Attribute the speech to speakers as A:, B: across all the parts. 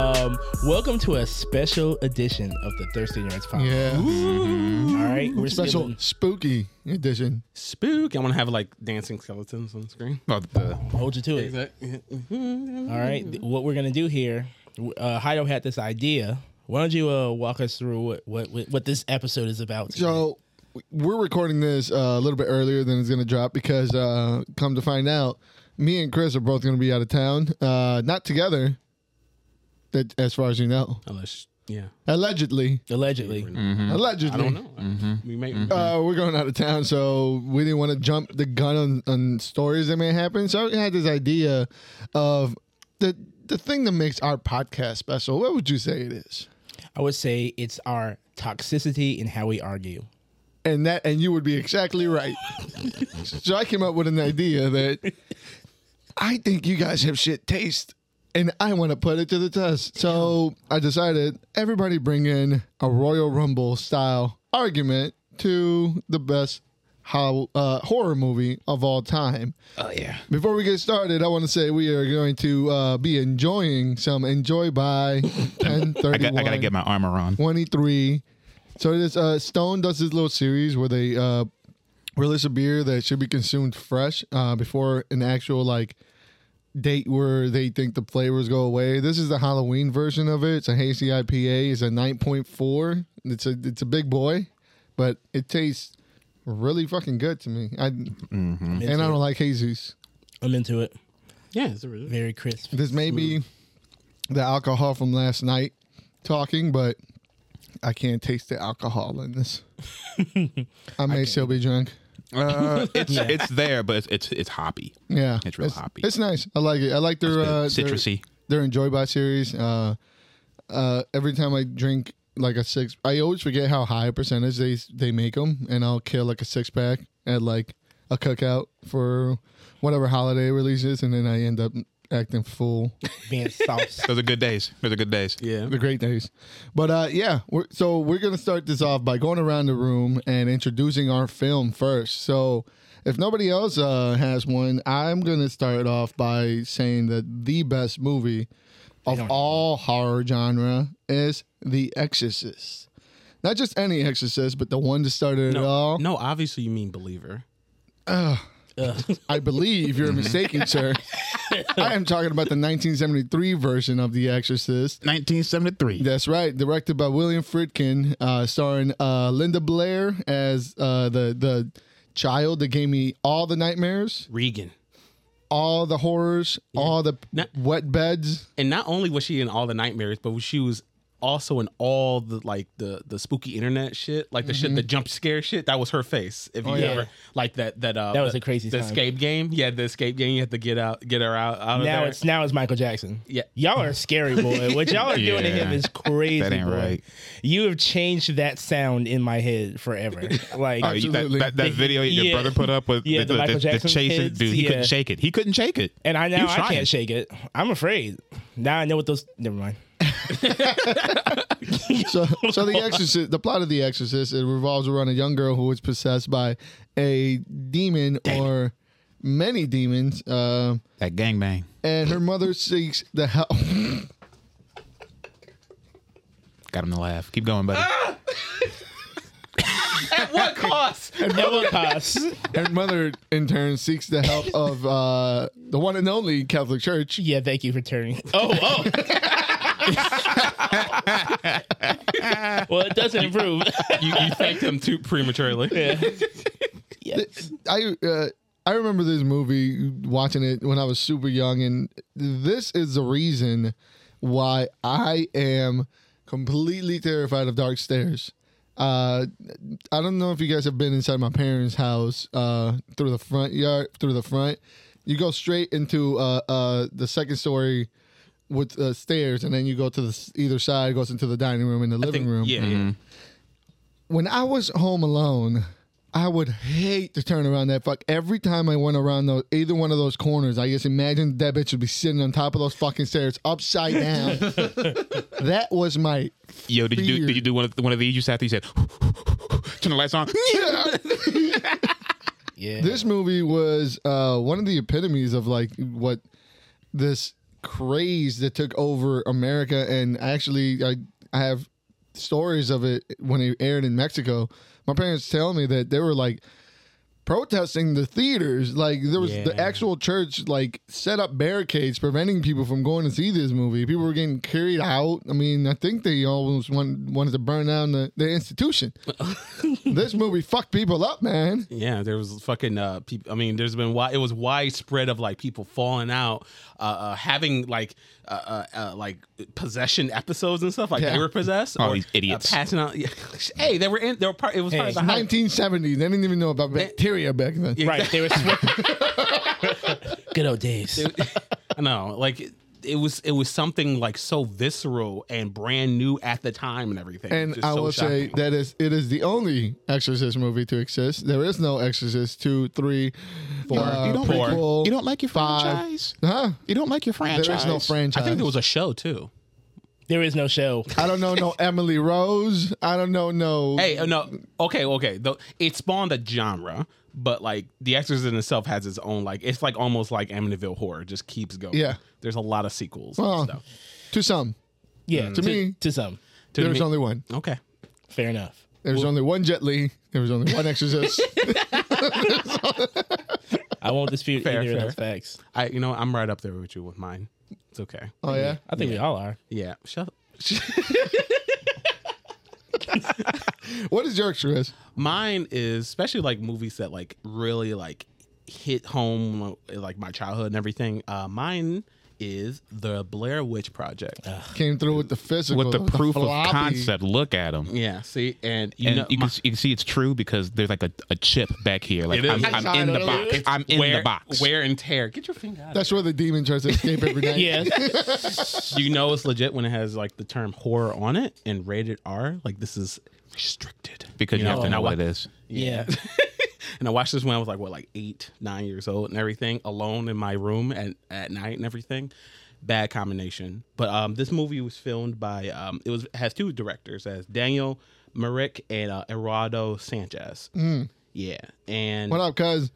A: Um, welcome to a special edition of the Thursday Nerds Podcast.
B: Yeah.
A: All right, we're
B: Special
A: skipping-
B: spooky edition.
C: Spook. I want to have like dancing skeletons on screen.
B: Not the
A: Hold you to it. mm-hmm. All right, th- what we're gonna do here? w- Uh, Heido had this idea. Why don't you uh, walk us through what what what what this episode is about? today?
B: So we're recording this uh, a little bit earlier than it's going to drop because uh, come to find out, me and Chris are both going to be out of town. Uh, not together, that- as far as you know.
C: Unless, yeah.
B: Allegedly.
A: Allegedly,
B: Allegedly.
C: Mm. I don't know. We may.
B: Uh, we're going out of town, so we didn't want to jump the gun on, on stories that may happen. So I had this idea of the the thing that makes our podcast special. What would you say it is?
A: I would say it's our toxicity and how we argue.
B: and that and you would be exactly right. so I came up with an idea that I think you guys have shit taste and I want to put it to the test. So I decided everybody bring in a Royal Rumble style argument to the best how, uh, horror movie of all time.
C: Oh yeah.
B: Before we get started, I want to say we are going to uh, be enjoying some Enjoy by 10
D: I, got, I gotta get my armor on.
B: 23. So this uh, Stone does this little series where they uh, release a beer that should be consumed fresh uh, before an actual like date where they think the flavors go away. This is the Halloween version of it. It's a hazy IPA. It's a 9.4. It's a it's a big boy, but it tastes really fucking good to me. I and I don't like hazes.
A: I'm into it.
C: Yeah. It's a really,
A: Very crisp.
B: This may be
D: Mm.
B: the alcohol from last night talking, but I can't taste the alcohol in this. I may still be drunk.
D: Uh, it's it's there, but it's it's, it's hoppy.
B: Yeah,
D: It's real hoppy.
B: It's nice. I like it. I like their uh,
D: It's good.
B: their-
D: Citrusy.
B: Their, Enjoy By series. Uh, uh, every time I drink like a six, I always forget how high a percentage they they make them, and I'll kill like a six pack at like a cookout for whatever holiday releases, and then I end up acting full.
A: Being sauce.
D: Those are good days. Those are good days.
C: yeah.
B: the great days. But uh, yeah, we're, so we're gonna start this off by going around the room and introducing our film first. So if nobody else uh, has one, I'm gonna start off by saying that the best movie of all horror genre is The Exorcist. Not just any Exorcist, but the one that started it all.
C: No, obviously you mean believer.
B: I believe you're mistaken, sir. I am talking about the 1973 version of The Exorcist.
D: 1973.
B: That's right. Directed by William Friedkin, uh, starring uh, Linda Blair as uh, the the child that gave me all the nightmares,
C: Regan.
B: all the horrors, all the
C: Na-
B: wet beds.
C: And not only was she in all the nightmares, but she was also in all the like the the spooky internet shit, like the shit, the
A: Mm-hmm.
C: jump scare shit. That was her face. If you
A: yeah.
C: ever like that that uh
A: That was
C: the,
A: a crazy
C: the
A: time.
C: escape game. Yeah, the escape game. You had to get out, get her out. out of
A: now
C: there.
A: it's now it's Michael Jackson.
C: Yeah.
A: y'all are scary boy. What y'all are doing to him
D: Yeah.
A: is crazy.
D: That ain't
A: boy.
D: right.
A: You have changed that sound in my head forever. Like
D: Oh, you- that,
B: Absolutely.
D: that, that video your
A: Yeah.
D: brother put up with
A: Yeah, the Michael Jackson
D: chasing
A: kids,
D: dude. He
A: yeah.
D: couldn't shake it. He couldn't shake it.
A: And I
D: He
A: now
D: was
A: I
D: trying.
A: can't shake it. I'm afraid. Now I know what those. Never mind.
B: So, so the Exorcist, the plot of the Exorcist, it revolves around a young girl who is possessed by a demon or many demons, uh,
D: That gangbang.
B: and her mother seeks the help.
D: Got him to laugh. Keep going, buddy.
C: at what cost?
A: Ella Pass.
B: her mother, in turn, seeks the help of uh, the one and only Catholic Church.
A: Yeah, thank you for turning. Oh, oh. well, it doesn't improve.
C: you, you thanked him too prematurely.
A: yeah. Yes.
B: I uh, I remember this movie watching it when I was super young, and this is the reason why I am completely terrified of dark stairs. Uh, I don't know if you guys have been inside my parents' house uh, through the front yard, through the front. You go straight into uh, uh, the second story with uh, stairs, and then you go to the s- either side goes into the dining room and the living
C: Think-
B: room
C: yeah, yeah.
B: when I was home alone, I would hate to turn around that fuck. Every time I went around those either one of those corners, I just imagined that bitch would be sitting on top of those fucking stairs upside down. that was my
D: Yo, did you do
B: Fear.
D: did you do one of one of these? You sat there, you said, turn the lights on.
A: Yeah.
B: this movie was uh, one of the epitomes of like what this craze that took over America, and actually, I I have stories of it when it aired in Mexico. My parents tell me that they were like protesting the theaters like there was the
A: Yeah.
B: actual church like set up barricades preventing people from going to see this movie people were getting carried out i mean i think they almost want, wanted to burn down the, the institution this movie fucked people up man
C: Yeah, there was fucking uh people I mean there's been wi- it was widespread of like people falling out uh, uh having like uh, uh, uh like possession episodes and stuff like
B: Yeah.
C: they were possessed
D: All these idiots.
C: uh, passing out Hey, they were in they were part it was part of the hype.
B: 1970s. They didn't even know about bacteria back then.
A: Right. They were sw- Good old days.
C: I know, like it, it was it was something like so visceral and brand new at the time and everything.
B: And
C: Just
B: I
C: so
B: will say
C: shocking.
B: that is it is the only Exorcist movie to exist. There is no Exorcist two, three, four,
D: You don't
C: like-
B: prequel,
D: You don't like your franchise.
B: huh?
D: You don't like your franchise.
B: There is no franchise.
C: I think there was a show too.
A: There is no show.
B: I don't know no Emily Rose. I don't know no.
C: Hey, uh, no, okay, okay. The, it spawned a genre, but like The Exorcism itself has its own like it's like almost like Amityville horror, it just keeps going.
B: Yeah.
C: there's a lot of sequels.
B: Well,
C: and stuff.
B: to some,
A: Yeah. To,
B: me-
A: To some.
C: To
B: there's
C: me-
B: only one.
C: okay.
A: Fair enough.
B: There's only one Jet Li. There was only one Exorcist.
A: I won't dispute
C: Fair,
A: either
C: fair.
A: of those facts.
C: I you know I'm right up there with you with mine. It's okay.
B: oh yeah.
A: I think we all are.
C: Yeah, shut. up.
B: What is your Exorcist?
C: Mine is especially like movies that like really like hit home uh, like my childhood and everything. Uh, mine is the Blair Witch Project.
B: Came through with the physical,
D: With the proof of
B: floppy.
D: concept, look at them.
C: yeah, see, and you
D: And
C: know,
D: you,
C: my-
D: can, you can see it's true because there's like a, a chip back here. Like
C: It is.
D: I'm,
C: I
D: I'm in the
B: saw it.
D: box. I'm in
C: wear,
D: the box.
C: wear and tear. Get your finger out.
B: That's where the demon tries to escape every night.
A: Yeah.
C: you know it's legit when it has like the term horror on it and rated R. Like this is restricted
D: because you,
C: know,
D: have to
A: Oh.
C: and I
D: know what
C: wa-
D: it is.
A: yeah.
C: And I watched this when I was like what, like eight, nine years old and everything, alone in my room at at night and everything. Bad combination. But um, this movie was filmed by um, it was has two directors as Daniel Merrick and uh, Eduardo Sanchez. Yeah, and
B: What up, cuz?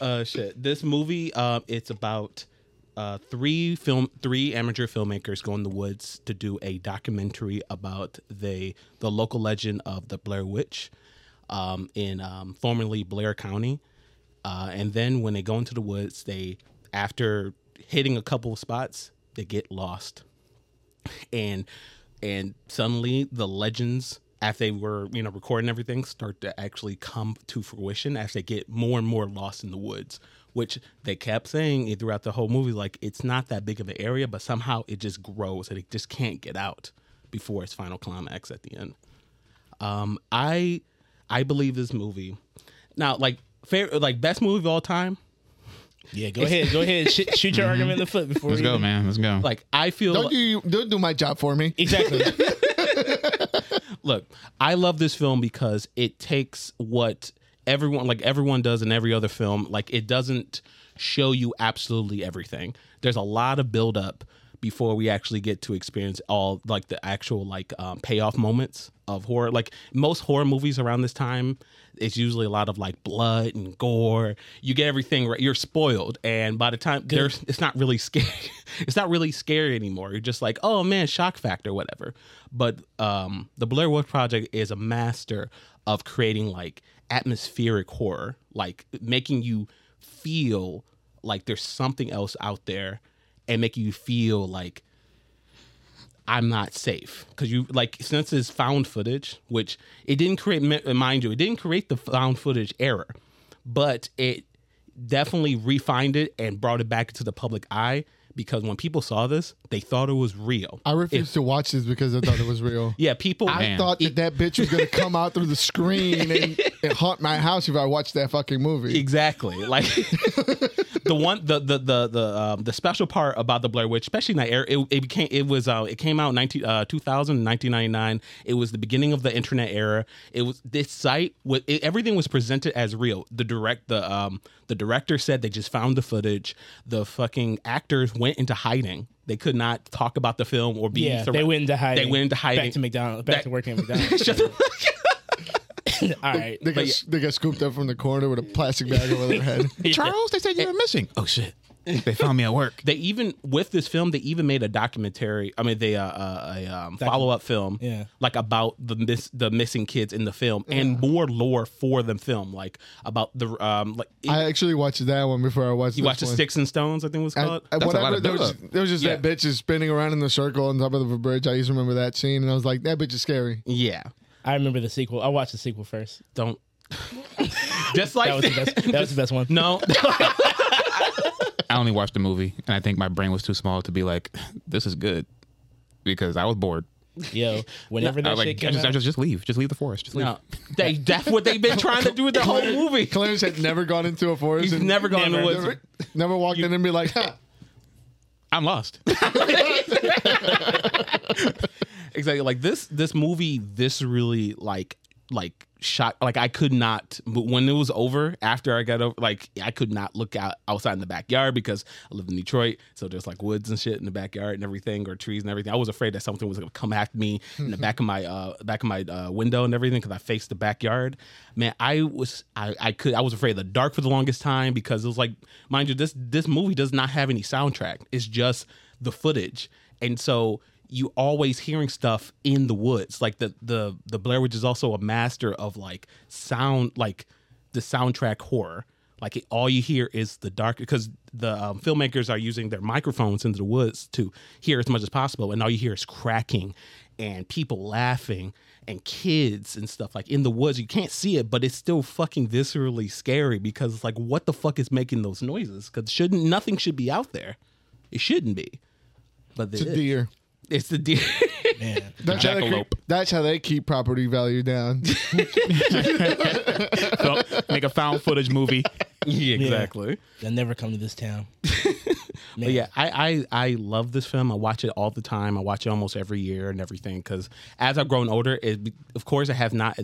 C: uh shit this movie um it's about uh three film three amateur filmmakers go in the woods to do a documentary about the the local legend of the blair witch um in um formerly blair county uh and then when they go into the woods they after hitting a couple of spots they get lost and and suddenly the legends as they were you know recording everything start to actually come to fruition as they get more and more lost in the woods which they kept saying it throughout the whole movie like it's not that big of an area but somehow it just grows and it just can't get out before its final climax at the end um, I I believe this movie. Now, like fair, like best movie of all time.
A: Yeah. Go ahead. Go ahead. Shoot, shoot your argument in the foot before
D: Mm-hmm. Let's
A: we
D: go, man. Let's go.
C: Like I feel.
B: Don't you don't do my job for me.
A: Exactly.
C: look, I love this film because it takes what everyone like everyone does in every other film. Like it doesn't show you absolutely everything. There's a lot of build up before we actually get to experience all like the actual like um, payoff moments of horror. Like most horror movies around this time, it's usually a lot of like blood and gore. You get everything right. You're spoiled, and by the time there's, it's not really scary. it's not really scary anymore. You're just like, oh man, shock factor, whatever. But um, the Blair Witch Project is a master of creating like atmospheric horror, like making you feel like there's something else out there, and making you feel like I'm not safe because you like since it's found footage, which it didn't create. mi- Mind you, it didn't create the found footage error, but it definitely refined it and brought it back to the public eye, because when people saw this, they thought it was real.
B: I refused to watch this because I thought it was real.
C: yeah, people.
B: I
D: Man.
B: thought that that bitch was gonna come out through the screen and, and haunt my house if I watched that fucking movie.
C: E Exactly. Like the one the the the the um, the special part about the Blair Witch, especially in that era, it, it became it was uh, it came out 19 uh 2000 1999. It was the beginning of the internet era. It was this site was it, everything was presented as real. The direct the um the director said they just found the footage. The fucking actors went into hiding. They could not talk about the film or be
A: Yeah,
C: surra-
A: they went into hiding.
C: They went into hiding.
A: Back to McDonald's. Back
C: That-
A: to working at McDonald's.
C: Shut the-
A: All right.
B: They got, they got scooped up from the corner with a plastic bag over their head.
D: Charles, they said you were missing. Oh shit, they found me at work.
C: they even with this film they even made a documentary i mean they uh, uh a um, follow-up film
A: Yeah.
C: like about the miss the missing kids in the film and more lore for the film like about the um like it-
B: I actually watched that one before I watched.
C: you
B: this
C: watch the
B: one.
C: sticks and stones i think it was
B: I-
C: called
B: I-
D: That's a
B: whatever,
D: lot of
B: there was,
D: buildup.
B: there was just
C: Yeah.
B: that bitch just spinning around in the circle on top of the bridge. I used to remember that scene, and I was like, "That bitch is scary."
C: yeah
A: I remember the sequel. I watched the sequel first.
C: don't just like
A: That was the best. That was the best one.
C: no
D: I only watched the movie, and I think my brain was too small to be like, "This is good," because I was bored.
A: Yo, whenever
D: I
A: that
D: was
A: shit
D: like, I
A: came
D: just, I
A: out,
D: just, just leave, just leave the forest, just leave.
C: no they that's what they've been trying to do with the whole movie
B: Clarence had never gone into a forest.
C: he's
B: and
C: never gone to the
A: Never.
C: woods
B: never walked in and be like, "Huh."
D: I'm lost.
C: exactly like this this movie this really like like shot like i could not but when it was over after i got over like i could not look out outside in the backyard because i live in detroit so there's like woods and shit in the backyard and everything or trees and everything i was afraid that something was gonna come at me in the back of my uh back of my uh, window and everything because i faced the backyard man i was i i could i was afraid of the dark for the longest time because it was like mind you this this movie does not have any soundtrack it's just the footage and so you always hearing stuff in the woods. Like the the the Blair Witch is also a master of like sound, like the soundtrack horror. Like it, all you hear is the dark because the um, filmmakers are using their microphones into the woods to hear as much as possible, and all you hear is cracking and people laughing and kids and stuff like in the woods. You can't see it, but it's still fucking viscerally scary because it's like, what the fuck is making those noises? Because shouldn't nothing should be out there. It shouldn't be. But
B: "It's
C: it
B: a
C: is.
B: deer."
C: It's the deer.
A: man,
B: That's how, they keep,
D: Jackalope.
B: that's how they keep property value down.
D: So, make a found footage movie.
C: yeah,
A: they'll never come to this town.
C: But yeah, I, I I love this film. I watch it all the time. I watch it almost every year and everything. Because as I've grown older, it of course I have not.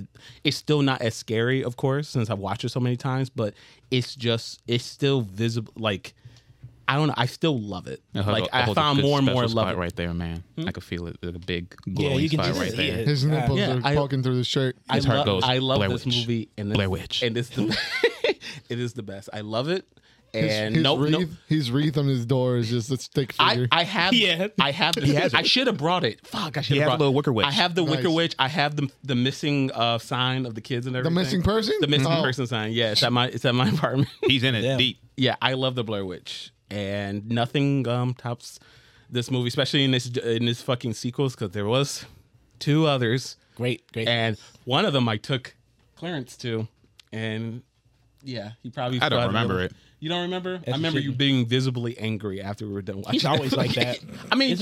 C: It's still not as scary, of course, since I've watched it so many times. But it's just it's still visible. Like I don't know. I still love it. like
D: I
C: I found more and more love.
D: spot
C: it.
D: right there, man. I could feel it, like a big
A: Yeah,
D: glowing
A: you can
D: spot
A: just
D: right
A: see
D: there.
A: it.
B: His
A: God.
B: nipples
C: Yeah,
B: are
C: I-
B: poking through the shirt.
C: I
D: His heart
C: love,
D: goes,
C: I love
D: Blair
C: this
D: Witch.
C: movie and it's,
D: Blair Witch.
C: and it's the it is the best. I love it.
B: His,
C: And
B: his
C: no,
B: wreath,
C: no,
B: his wreath on his door is just a stick
C: I,
B: figure.
C: I have
A: Yeah.
C: I have the, I should have brought it. Fuck, I should
D: He
C: have brought
D: has a little wicker witch.
C: I have the wicker
B: Nice.
C: witch. I have the the missing uh, sign of the kids and everything.
B: missing person?
C: The missing
B: Oh.
C: person sign. Yeah, it's at my it's at my apartment.
D: He's in it
A: Damn.
D: deep.
C: yeah, I love the Blair Witch, and nothing um, tops this movie, especially in this in this fucking sequels because there was two others,
A: Great, great.
C: and one of them I took Clarence to, and yeah, he probably
D: I don't
C: saw the
D: remember
C: other-
D: it.
C: You don't remember? I
A: you
C: remember you
A: shouldn't.
C: being visibly angry after we were done watching.
A: He's always like that.
C: I mean,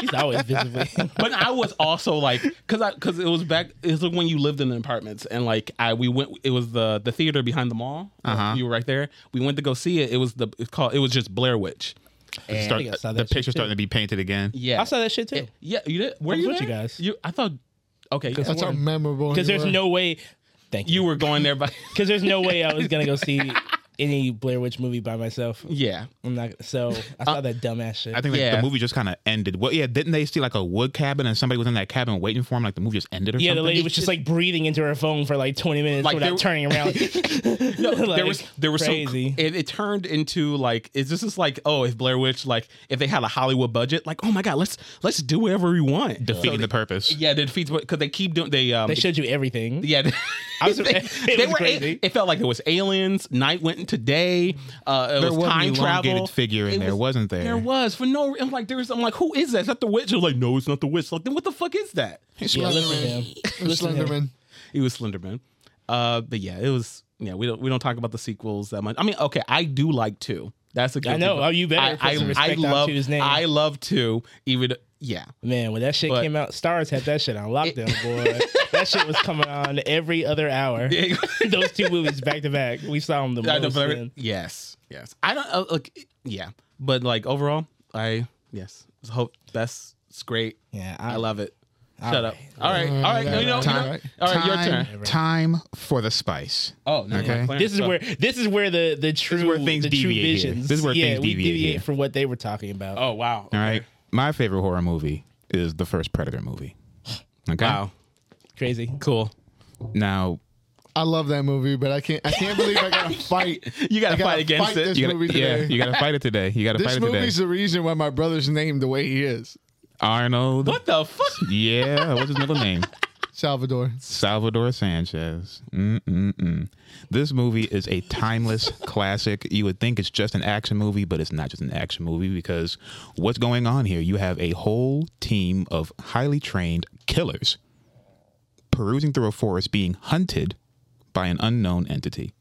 A: He's always visibly.
C: but I was also like, cause I, cause it was back, it was like when you lived in the apartments, and like I, we went, it was the the theater behind the mall.
D: Uh-huh.
C: You were right there. We went to go see it. It was the it's called. It was just Blair Witch.
D: It's
A: I think I
D: Start,
A: saw
D: the
A: that shit
D: picture's starting to be painted again.
C: Yeah,
A: I saw that shit too.
C: Yeah, you did. Were
A: I was
C: you
A: with you
C: there?
A: guys.
C: You, I thought. Okay, yeah.
B: That's how memorable.
A: Because
B: you
A: there's
B: were.
A: no way. Thank you.
C: you were going there, but
A: Because there's no way I was gonna go see any Blair Witch movie by myself.
C: yeah,
A: I'm not. So I
C: Uh,
A: saw that dumbass shit.
D: I think like,
C: Yeah.
D: the movie just kind of ended. Well, yeah, didn't they see like a wood cabin and somebody was in that cabin waiting for him? Like the movie just ended or
A: yeah, the
D: something?
A: lady was just like breathing into her phone for like 20 minutes
C: Like,
A: without
C: there-
A: turning around.
C: No,
A: Like,
C: there was there was
A: crazy.
C: some. It, it turned into like is this is like oh if Blair Witch like if they had a Hollywood budget like oh my god let's let's do whatever we want.
D: defeating the purpose.
C: yeah, it defeats because they keep doing they um
A: they showed you everything.
C: Yeah,
A: I was-
C: they,
A: it
C: they
A: was
C: were.
A: crazy.
C: It felt like it was aliens. Night went into day. Uh, it
D: There
C: was
D: was an
C: time
D: elongated
C: travel.
D: figure in
C: It
D: there, wasn't there?
C: There was for no. re- I'm like, there's. I'm like, who is that? Is that the witch? I was like, no, it's not the witch. Like, then what the fuck is that?
A: Yeah, listen to him. Listen to him.
B: Slenderman.
C: It was Slenderman. Uh, but yeah, it was. Yeah, we don't we don't talk about the sequels that much. I mean, okay, I do like two That's a good.
A: I know. Oh, you better
C: I,
A: put some
C: I, I
A: respect onto
C: love.
A: his name.
C: I love to even. Yeah.
A: Man, when that shit
C: But-
A: came out, Stars had that shit on lockdown, boy. that shit was coming on every other hour.
C: Yeah.
A: Those two movies back to back. We saw them the
C: I
A: most.
C: don't- but I-
A: then.
C: yes. Yes. I don't uh, look. Yeah. But like overall, I yes. Hope that's it's great.
A: Yeah,
C: I,
A: I,
C: love it.
A: all
C: Shut
A: right.
C: up. All right. All right.
B: All
C: You know.
B: right.
C: you know- All right. Your
D: time,
C: turn.
D: Time for the spice.
C: Oh, no,
D: Okay.
C: my plan
A: This is
C: sucked.
A: where this is where the the true
D: where things
A: the true
D: deviate here.
A: visions.
D: This is where
A: yeah,
D: things
A: we
D: deviate
A: deviate
D: here.
A: from what they were talking about.
C: Oh wow.
D: All right. My favorite horror movie is the first Predator movie. Okay.
C: Wow.
A: Crazy.
C: Cool.
D: Now
B: I love that movie, but I can't. I can't believe I gotta fight.
C: You gotta,
B: I gotta
C: fight against
B: fight
C: it.
B: this
D: you gotta,
B: movie
D: yeah,
B: today.
D: you gotta fight it today. You gotta
B: This
D: fight it today.
B: movie's the reason why my brother's named the way he is.
D: Arnold.
C: What the fuck?
D: Yeah. What's his middle name?
B: Salvador.
D: Salvador Sanchez. Mm-mm-mm. This movie is a timeless classic. You would think it's just an action movie, but it's not just an action movie because what's going on here? You have a whole team of highly trained killers perusing through a forest being hunted by an unknown entity.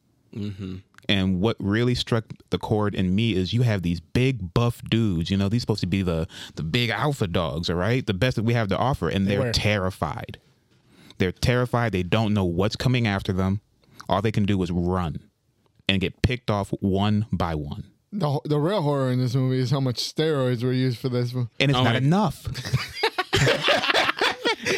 D: And what really struck the chord in me is you have these big buff dudes. You know, these supposed to be the the big alpha dogs, all right? The best that we have to offer, and they're
A: were.
D: terrified. They're terrified. They don't know what's coming after them. All they can do is run and get picked off one by one.
B: The, the real horror in this movie is how much steroids were used for this one.
D: And it's
C: Oh
D: not
C: my-
D: enough.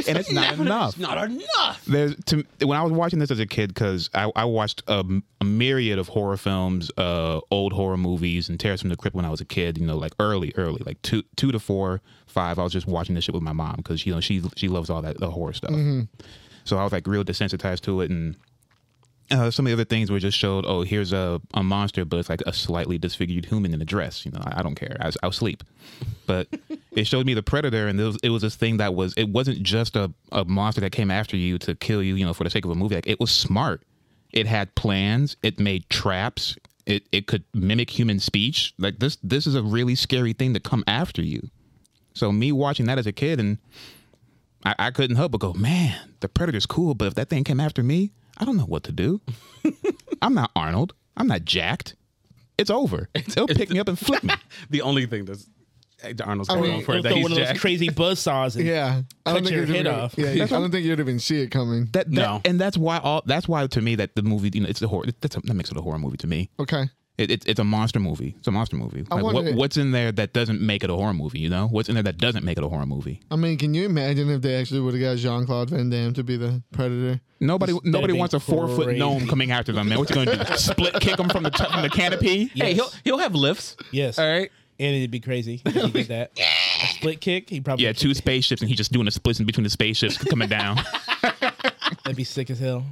D: and it's not enough.
C: Not enough.
D: there's to, when I was watching this as a kid because I, I watched a, m- a myriad of horror films, uh, old horror movies, and Terrors from the Crypt when I was a kid. You know, like early, early, like two, two to four, five. I was just watching this shit with my mom because you know she she loves all that the horror stuff. So I was like real desensitized to it, and uh, some of the other things were just showed. Oh, here's a, a monster, but it's like a slightly disfigured human in a dress. You know, I, I don't care. I, I'll sleep. But it showed me the predator, and it was, it was this thing that was. It wasn't just a, a monster that came after you to kill you. You know, for the sake of a movie. Like it was smart. It had plans. It made traps. It it could mimic human speech. Like this this is a really scary thing to come after you. So me watching that as a kid and I, I couldn't help but go, man, the predator's cool, but if that thing came after me, I don't know what to do. I'm not Arnold. I'm not jacked. It's over. It'll pick me up and flip me.
C: The only thing that's Arnold's
B: I
C: going
B: mean,
C: on
A: They'll
C: for it that
A: throw
C: he's
A: one of those
C: jacked.
A: crazy buzz saws. And,
B: Yeah, I
A: Cut your
B: you'd
A: head
B: even-
A: off.
B: Yeah, I don't think you'd even see it coming.
D: That, that
C: No.
D: and that's why all that's why to me that the movie, you know, it's a horror. That's a, that makes it a horror movie to me.
B: okay,
D: It, it, it's a monster movie. It's a monster movie. Like, what,
B: wonder-
D: what's in there that doesn't make it a horror movie? You know, what's in there that doesn't make it a horror movie?
B: I mean, can you imagine if they actually would have got Jean Claude Van Damme to be the predator?
D: Nobody, nobody
A: be
D: wants a four foot
A: crazy.
D: gnome coming after them, man. What you gonna do? Split kick them from the top from the canopy?
C: Hey,
A: Yes.
C: he'll he'll have lifts.
A: Yes.
C: All right.
A: And it'd be crazy if he did that. A split kick. He probably
D: Yeah, two spaceships, and he's just doing a split in between the spaceships coming down.
A: That'd be sick as hell.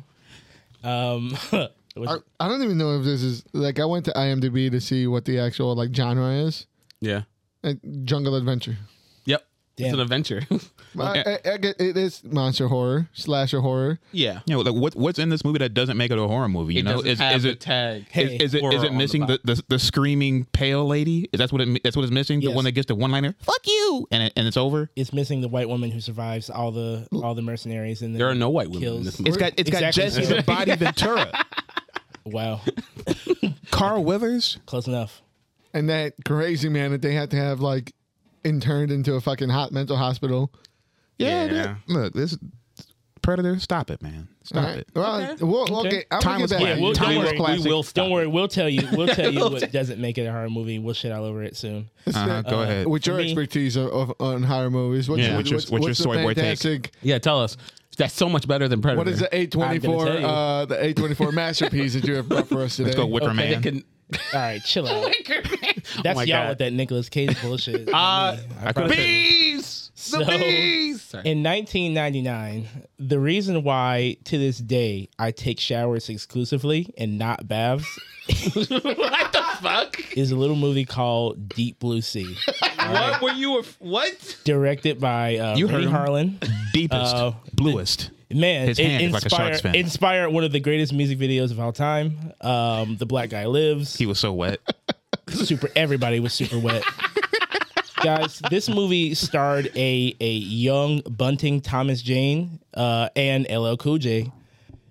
A: Um, which-
B: I, I don't even know if this is like I went to IMDb to see what the actual like genre is.
C: Yeah.
B: Like, jungle adventure.
C: Yep. It's
A: Damn.
C: an adventure.
D: Uh,
B: But I, I, I get, it is monster horror, slasher horror.
C: yeah.
D: you know, like what what's in this movie that doesn't make it a horror movie? You know,
C: doesn't
D: is,
C: have
D: is
C: the
D: it
C: tag?
A: Hey.
D: is, is it is
C: horror
D: it
C: on the
D: missing the,
C: box.
D: the the screaming pale lady? Is that what it, that's what it's missing? The
A: Yes.
D: one that gets the one liner, "fuck you," and it, and it's over.
A: it's missing the white woman who survives all the all the mercenaries and
C: There are no white women in
A: Kills.
C: this
D: It's
C: movie.
D: got it's
A: Exactly.
D: got Jesse the Body Ventura,
A: wow,
D: Carl Weathers.
A: close enough.
B: and that crazy man that they had to have like interned into a fucking hot mental hospital.
D: Yeah,
C: Yeah.
D: dude. look, this Predator. Stop it, man. Stop
B: Alright.
D: it.
B: Well, okay. Well, okay. I'm gonna
D: Timeless
B: get back.
D: plan.
A: Yeah, we'll- don't
D: Timeless
A: worry, we
D: classic.
C: we will stop.
A: Don't worry, we'll tell you. We'll tell you what doesn't make it a horror movie. We'll shit all over it soon.
D: Uh-huh, go ahead.
C: Oh.
B: With your
A: Me.
B: expertise of, of, on horror movies, what's,
D: Yeah.
B: what's,
D: What's your- what's your
B: what's the
D: soy boy take?
B: fantastic-
C: Yeah, tell us. That's so much better than Predator.
B: What is the
A: I'm gonna tell you.
B: A24 uh, the A24 masterpiece that you have brought for us today?
D: Let's go, Wicker
A: Okay.
D: Man.
C: Can,
A: All right, chill out. That's
C: Oh my
A: y'all
C: God.
A: with that Nicolas Cage bullshit.
C: Uh,
A: I promise.
C: bees. The
A: So-
C: bees. Sorry.
A: In 1999, the reason why to this day I take showers exclusively and not baths
C: what the fuck?
A: is a little movie called Deep Blue Sea,
C: What were you? af- What?
A: directed by uh, you
D: You heard him.
A: Harlan.
D: Deepest,
C: Oh.
A: Uh,
D: bluest.
A: Man,
D: His
A: it
D: hand is like a
A: inspired,
D: shark's fin.
A: inspired one of the greatest music videos of all time. Um, the Black Guy Lives.
D: He was so wet.
A: super everybody was super wet guys this movie starred a a young bunting thomas jane uh and ll cool j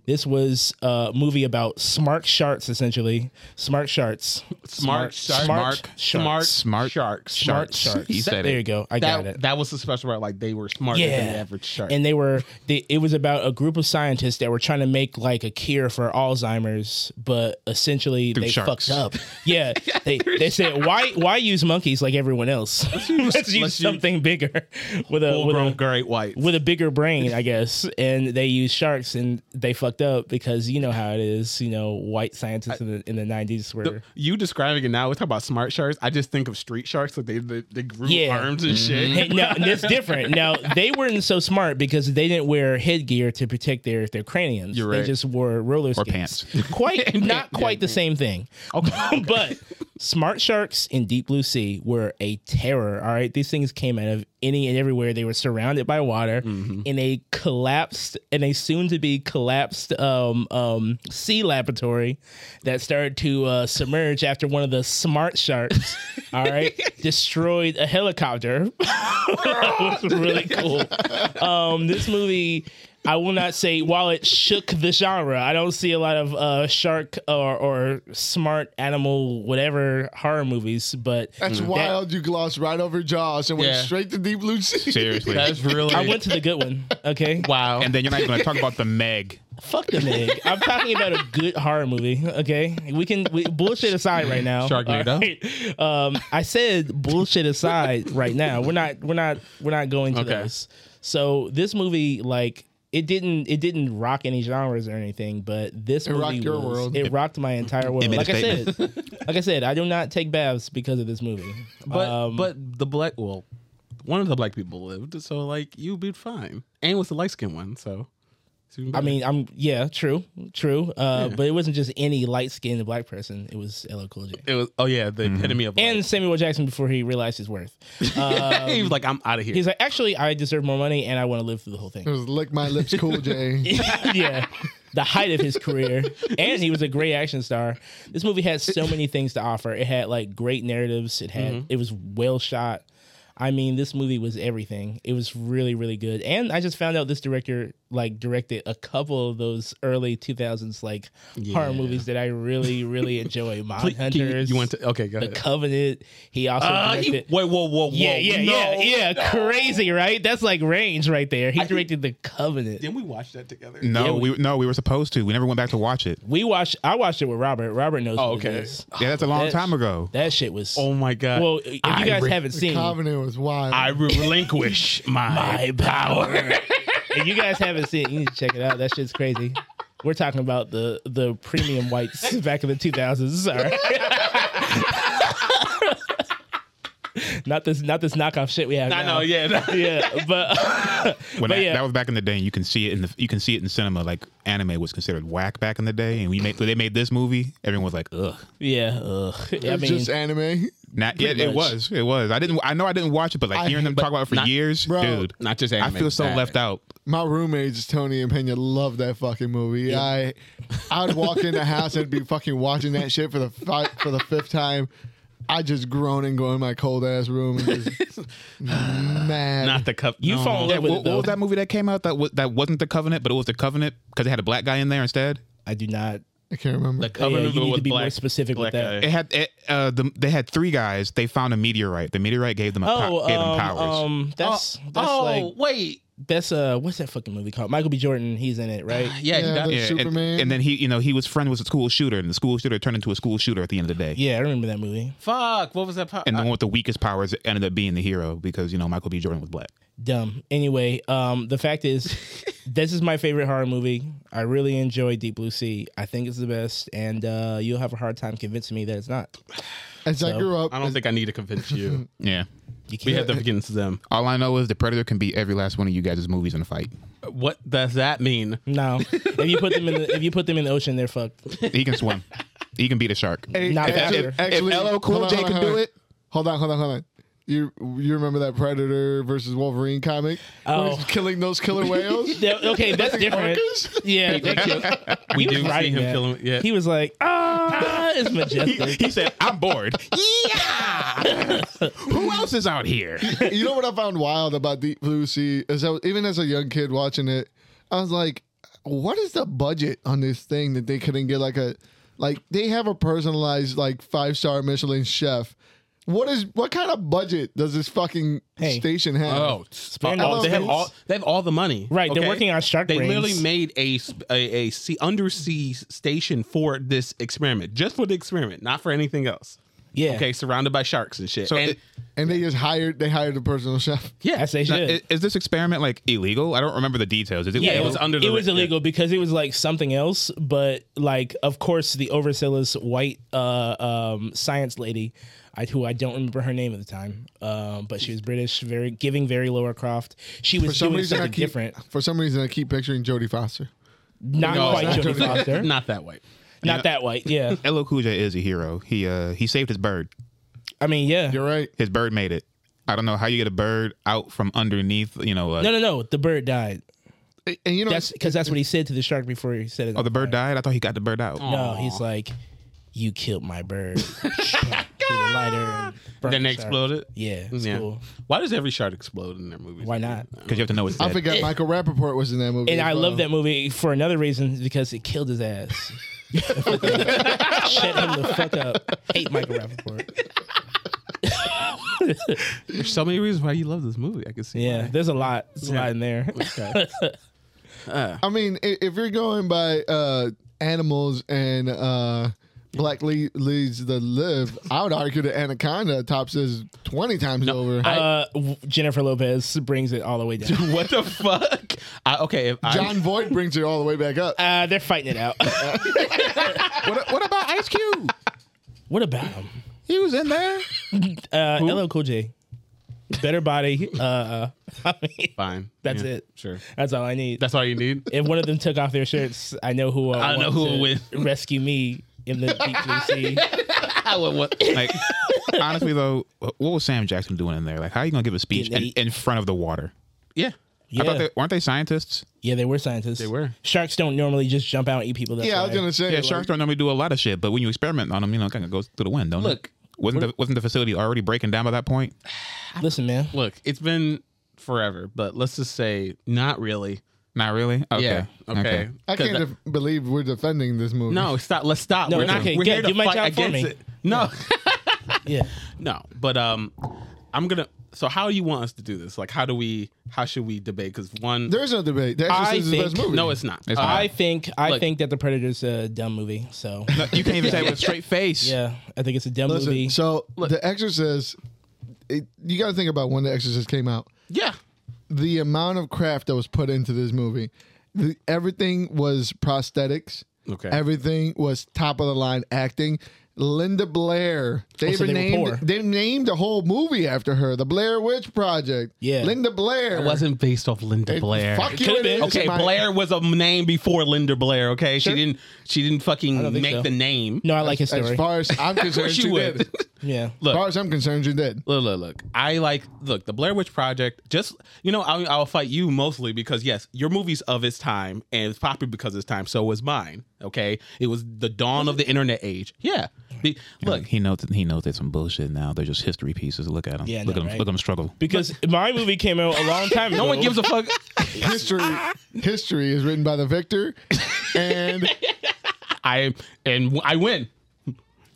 A: This was a movie about smart sharks, essentially. Smart sharks.
C: Smart, shark-
A: smart,
C: smart,
A: sharks.
D: Smart-
C: sharks.
A: smart
D: sharks.
A: sharks.
D: He said
A: there you
D: it.
A: go. I got it.
C: That, that was the special part. Like they were smarter than the average shark.
A: And they were they, it was about a group of scientists that were trying to make like a cure for Alzheimer's, but essentially they
D: sharks.
A: fucked up. Yeah. They they said why why use monkeys like everyone else? Let's use,
C: use-
A: something bigger with a with
C: full-grown
A: a,
C: great whites.
A: with a bigger brain, I guess. And they used sharks and they fucked up because you know how it is, you know, white scientists in the in the 90s were
C: you describing it now, we talk about smart sharks. I just think of street sharks. Like they they, they grew
A: Yeah. Mm-hmm.
C: arms and
A: Hey,
C: shit.
A: no, that's different. Now they weren't so smart because they didn't wear headgear to protect their their craniums.
C: You're
A: They
C: right.
A: just wore roller skates.
D: pants.
A: Quite not quite the same thing. Okay, but smart sharks in deep blue sea were a terror. All right, these things came out of any and everywhere. They were surrounded by water in a collapsed in a soon to be collapsed um, um, sea laboratory that started to uh, submerge after one of the smart sharks. All right, destroyed a helicopter was really cool. Um, this movie, I will not say while it shook the genre. I don't see a lot of uh, shark or, or smart animal whatever horror movies, but
B: That's wild. You glossed right over Jaws and went
C: Mm. Yeah.
B: straight to Deep Blue Sea.
D: Seriously.
C: That's really
A: I went to the good one. Okay,
C: wow.
D: and then you're not even going to talk about the Meg.
A: fuck the Meg. I'm talking about a good horror movie. Okay, we can we, bullshit aside right now.
C: Sharknado.
A: All right. Um, I said bullshit aside right now. We're not we're not we're not going to
C: Okay.
A: those. So this movie like. It didn't. It didn't rock any genres or anything, but this movie
B: rocked your
A: was-
B: world.
A: It rocked my entire world.
D: made a
A: Like I said, like I said, I do not take baths because of this movie.
C: but
A: Um,
C: but the black well, one of the black people lived, so like you'd be fine. And with the light skinned one, so. it's even
A: I
C: better.
A: mean, I'm yeah, true, true. Uh, But it wasn't just any light skinned black person. It was LL Cool J.
C: it was oh yeah, the epitome of
A: Mm-hmm. and um, Samuel Jackson before he realized his worth.
C: black. he was like, I'm out of here.
A: He's like, actually, I deserve more money, and I want to live through the whole
B: It
A: thing.
B: was lick my lips, Cool J.
A: yeah, the height of his career, and he was a great action star. This movie had so many things to offer. It had like great narratives. It had
C: Mm-hmm.
A: it was well shot. I mean, this movie was everything. It was really, really good. And I just found out this director like directed a couple of those early two thousands like horror
C: Yeah.
A: movies that I really, really enjoy. Mindhunters.
C: Can you, you went to okay, go
A: The
C: ahead.
A: Covenant. He also
C: Uh, he-
A: directed.
C: wait, whoa, whoa, whoa!
A: Yeah, yeah,
C: no.
A: yeah, yeah. Crazy, right? That's like range right there. He directed The Covenant.
C: Didn't we watch that together?
D: No, we, no, we were supposed to. We never went back to watch it.
A: We watched. I watched it with Robert. Robert knows.
C: Oh,
A: what it
C: okay.
A: is.
D: Yeah, that's a long
A: That-
D: time ago.
A: That shit was.
C: Oh my god!
A: well, if you
C: I
A: guys
C: re-
A: haven't seen,
B: Covenant was wild.
C: I relinquish my,
A: My power. if you guys haven't seen, it, you need to check it out. That shit's crazy. We're talking about the the premium whites back in the two thousands. Sorry. not this, not this knockoff shit we have.
C: I
A: now.
C: know, yeah.
A: yeah, but
D: When
A: but
D: that,
A: yeah.
D: that was back in the day, and you can see it in the you can see it in cinema. Like anime was considered whack back in the day, and we made when they made this movie. Everyone was like, ugh.
A: yeah. Ugh.
B: It
A: I
B: was
A: mean,
B: just anime.
D: Not, yeah, it
A: much.
D: was, it was. I didn't. I know I didn't watch it, but like
B: I-
D: hearing them talk about it for
C: not-
D: years,
B: Bro.
D: dude.
C: Not just
D: I feel so left out.
B: My roommates, Tony and Pena, love that fucking movie. I, I'd walk in the house and be fucking watching that shit for the fi- for the fifth time. I just groan and go in my cold ass room and just mad.
C: Not the cup.
A: You
C: no.
A: fall in
D: Yeah,
A: love with
D: what,
A: it.
D: what
A: Though.
D: was that movie that came out that was, that wasn't the Covenant, but it was the Covenant because it had a black guy in there instead.
A: I do not.
B: I can't remember.
C: The covenant
A: Yeah, you
C: of the-
A: need to
C: with
A: be more
C: black-
A: specific with
C: black
A: that.
D: It had it, uh, the, they had three guys. They found a meteorite. The meteorite gave them a po-
A: Oh,
D: gave them
A: um,
D: powers.
A: um, that's
C: Oh,
A: that's like
C: wait.
A: that's uh, what's that fucking movie called? Michael B. Jordan. He's in it, right?
B: Yeah,
C: Yeah, he died.
B: the-
D: yeah, and-
B: Superman.
D: And, then he, you know, he was friend with a school shooter, and the school shooter turned into a school shooter at the end of the day.
A: Yeah, I remember that movie.
C: Fuck. What was that? part?
D: And the one with the weakest powers ended up being the hero because you know Michael B. Jordan was black.
A: Dumb. Anyway, um, the fact is, this is my favorite horror movie. I really enjoy Deep Blue Sea. I think it's the best, and uh, you'll have a hard time convincing me that it's not.
B: As I grew up,
C: I don't think I need to convince you.
D: Yeah.
A: You can't.
C: we have to against them.
D: All I know is the Predator can beat every last one of you guys' movies in a fight.
C: What does that mean?
A: no, if you put them in the if you put them in the ocean, they're fucked.
D: He can swim. he can beat a shark.
A: Not
B: If-
A: faster.
B: if- actually-
D: if LL
B: hold
D: Cool
B: on,
D: J
B: hold on,
D: can
B: hold
D: do
B: on.
D: it,
B: Hold on, hold on, hold on. You you remember that Predator versus Wolverine comic? Where he's
A: Oh.
B: killing those killer whales.
A: Yeah, okay, that's different. Yeah, thank you.
C: We
A: He was
C: do see
A: riding
C: him
A: that.
C: killing. Yeah.
A: He was like, ah, it's majestic.
D: he said, "I'm bored." yeah. Who else is out here?
B: you know what I found wild about Deep Blue Sea is that even as a young kid watching it, I was like, what is the budget on this thing that they couldn't get like a like they have a personalized like five star Michelin chef. What is what kind of budget does this fucking
A: Hey.
B: station have?
C: Oh,
A: Spare no
C: they have
A: expense.
C: all they have all the money.
A: Right, they're working on Shark
C: They
A: Brains.
C: literally made a, sp- a a sea undersea station for this experiment, just for the experiment, not for anything else.
A: Yeah.
C: Okay, surrounded by sharks and shit.
D: So
C: and,
D: it-
B: And they just hired they hired a personal chef.
C: yeah,
A: As they
D: Now,
A: should.
D: i- is this experiment like illegal? I don't remember the details. Is it
A: yeah,
D: legal?
A: it was uh,
C: under the
A: It was
C: ri- yeah.
A: illegal because it was like something else, but like of course the overzealous white uh, um, science lady, I, who I don't remember her name at the time, um, but she was British, very giving, very Laura Croft. She was doing
B: I
A: something
B: keep,
A: different,
B: For some reason I keep picturing Jodie Foster.
A: not
C: No,
A: quite
C: it's not
A: Jodie
B: Jodie
A: Foster, not,
C: not that way.
A: that white. Yeah,
D: LL Cool J is a hero. He uh he saved his bird.
A: I mean, yeah.
B: You're right.
D: His bird made it. I don't know how you get a bird out from underneath. You know, uh,
A: no, no, no. The bird died.
B: And- And you know
A: That's because that's what he said to the shark before he said it.
D: oh, the bird died. I thought he got the bird out.
A: No, he's like, "You killed my bird." Through the lighter. and
C: Then they
A: burnt the shark.
C: exploded.
A: Yeah, it's
C: Yeah.
A: cool.
C: Why does every shark explode in their movies?
A: Why not?
D: Because you have to know it's
B: I
D: dead.
B: forgot Michael Rappaport was in that movie.
A: And
B: as
A: I
B: well.
A: love that movie for another reason because it killed his ass. Shut him the fuck up. Hate Michael Rappaport.
C: There's so many reasons why you love this movie. I can see.
A: Yeah, there's a lot. There's a lot in there.
B: I mean, i- if you're going by uh, animals and uh, black le- leads the live, I would argue that anaconda tops this twenty times over.
A: Uh, w- Jennifer Lopez brings it all the way down.
C: What the fuck? I, okay, if I,
B: John Voight brings it all the way back up.
A: Uh, they're fighting it out.
D: what, what about Ice Cube?
A: what about him?
D: He was in there.
A: Uh, LL Cool J. Better body. Uh, I mean,
C: fine.
A: That's it.
C: Sure.
A: that's all I need.
C: That's all you need.
A: if one of them took off their shirts, I know who uh,
C: I know
A: wants
C: who
A: to
C: will win.
A: rescue me in the deep blue sea.
C: I would, what,
D: Like, honestly though, what was Sam Jackson doing in there? Like, how are you gonna give a speech
A: Getting
D: in,
A: ate.
D: in front of the water?
C: yeah.
A: Yeah,
D: I thought they, weren't they scientists?
A: yeah, they were scientists. They
C: were.
A: Sharks don't normally just jump out and eat people. That's
B: yeah, I was
A: why.
B: gonna say.
D: Yeah,
B: like,
D: sharks don't normally do a lot of shit, but when you experiment on them, you know, it kind of goes through the wind, don't
C: Look,
D: it? wasn't the, wasn't the facility already breaking down by that point?
A: Listen, man.
C: Look, it's been forever, but let's just say not really.
D: Not really. Okay.
C: Yeah. Okay.
B: I
C: 'Cause
B: can't
C: that-
B: def- believe we're defending this movie.
C: no, stop. Let's stop.
A: No,
C: we're
A: it's
C: not.
A: okay.
C: We're
A: Get-
C: here to
A: do my
C: fight
A: job for
C: against
A: me.
C: it. No.
A: Yeah.
C: No, but um, I'm gonna. So how do you want us to do this? Like, how do we? How should we debate? Because one,
B: there's no debate. The
A: I
B: Exorcist is the best
A: think-
B: movie.
C: no, it's not.
D: It's
C: Uh,
D: not.
A: I think I
C: Look.
A: think that the Predator's a dumb movie. So
D: No, you can't even say it with a straight face.
A: yeah, I think it's a dumb
B: Listen,
A: movie.
B: so the Exorcist. It, you got to think about when the Exorcist came out.
C: yeah,
B: the amount of craft that was put into this movie, the, everything was prosthetics.
C: Okay.
B: Everything was top of the line acting. Linda Blair. They,
A: Oh, so
B: even
A: they were
B: named
A: poor.
B: they named a whole movie after her, the Blair Witch Project.
A: Yeah.
B: Linda Blair.
C: it wasn't based off Linda Blair.
B: Fuck you.
A: could've
B: it
A: been.
B: is,
C: Okay,
B: my-
C: Blair was a name before Linda Blair. Okay, she didn't. She didn't fucking
A: think
C: make
A: so.
C: the name.
A: no, I like his
B: As
A: story.
B: far as I'm concerned,
C: course
B: she,
C: you would.
B: did.
A: yeah.
B: As far as I'm concerned, she did.
C: Look, look, look. I like look the Blair Witch Project. Just you know, I'll, I'll fight you mostly because yes, your movie's of its time and it's popular because it's time. So was mine. Okay, it was the dawn of the internet age. Yeah. Be- look,
D: Like, he knows he knows there's some bullshit now. They're just history pieces. Look at him.
A: Yeah, I
D: look
A: know,
D: at him.
A: right?
D: Look at him struggle.
A: Because my movie came out a long time ago.
C: no one gives a fuck.
B: History history is written by the victor. And
C: I and I win.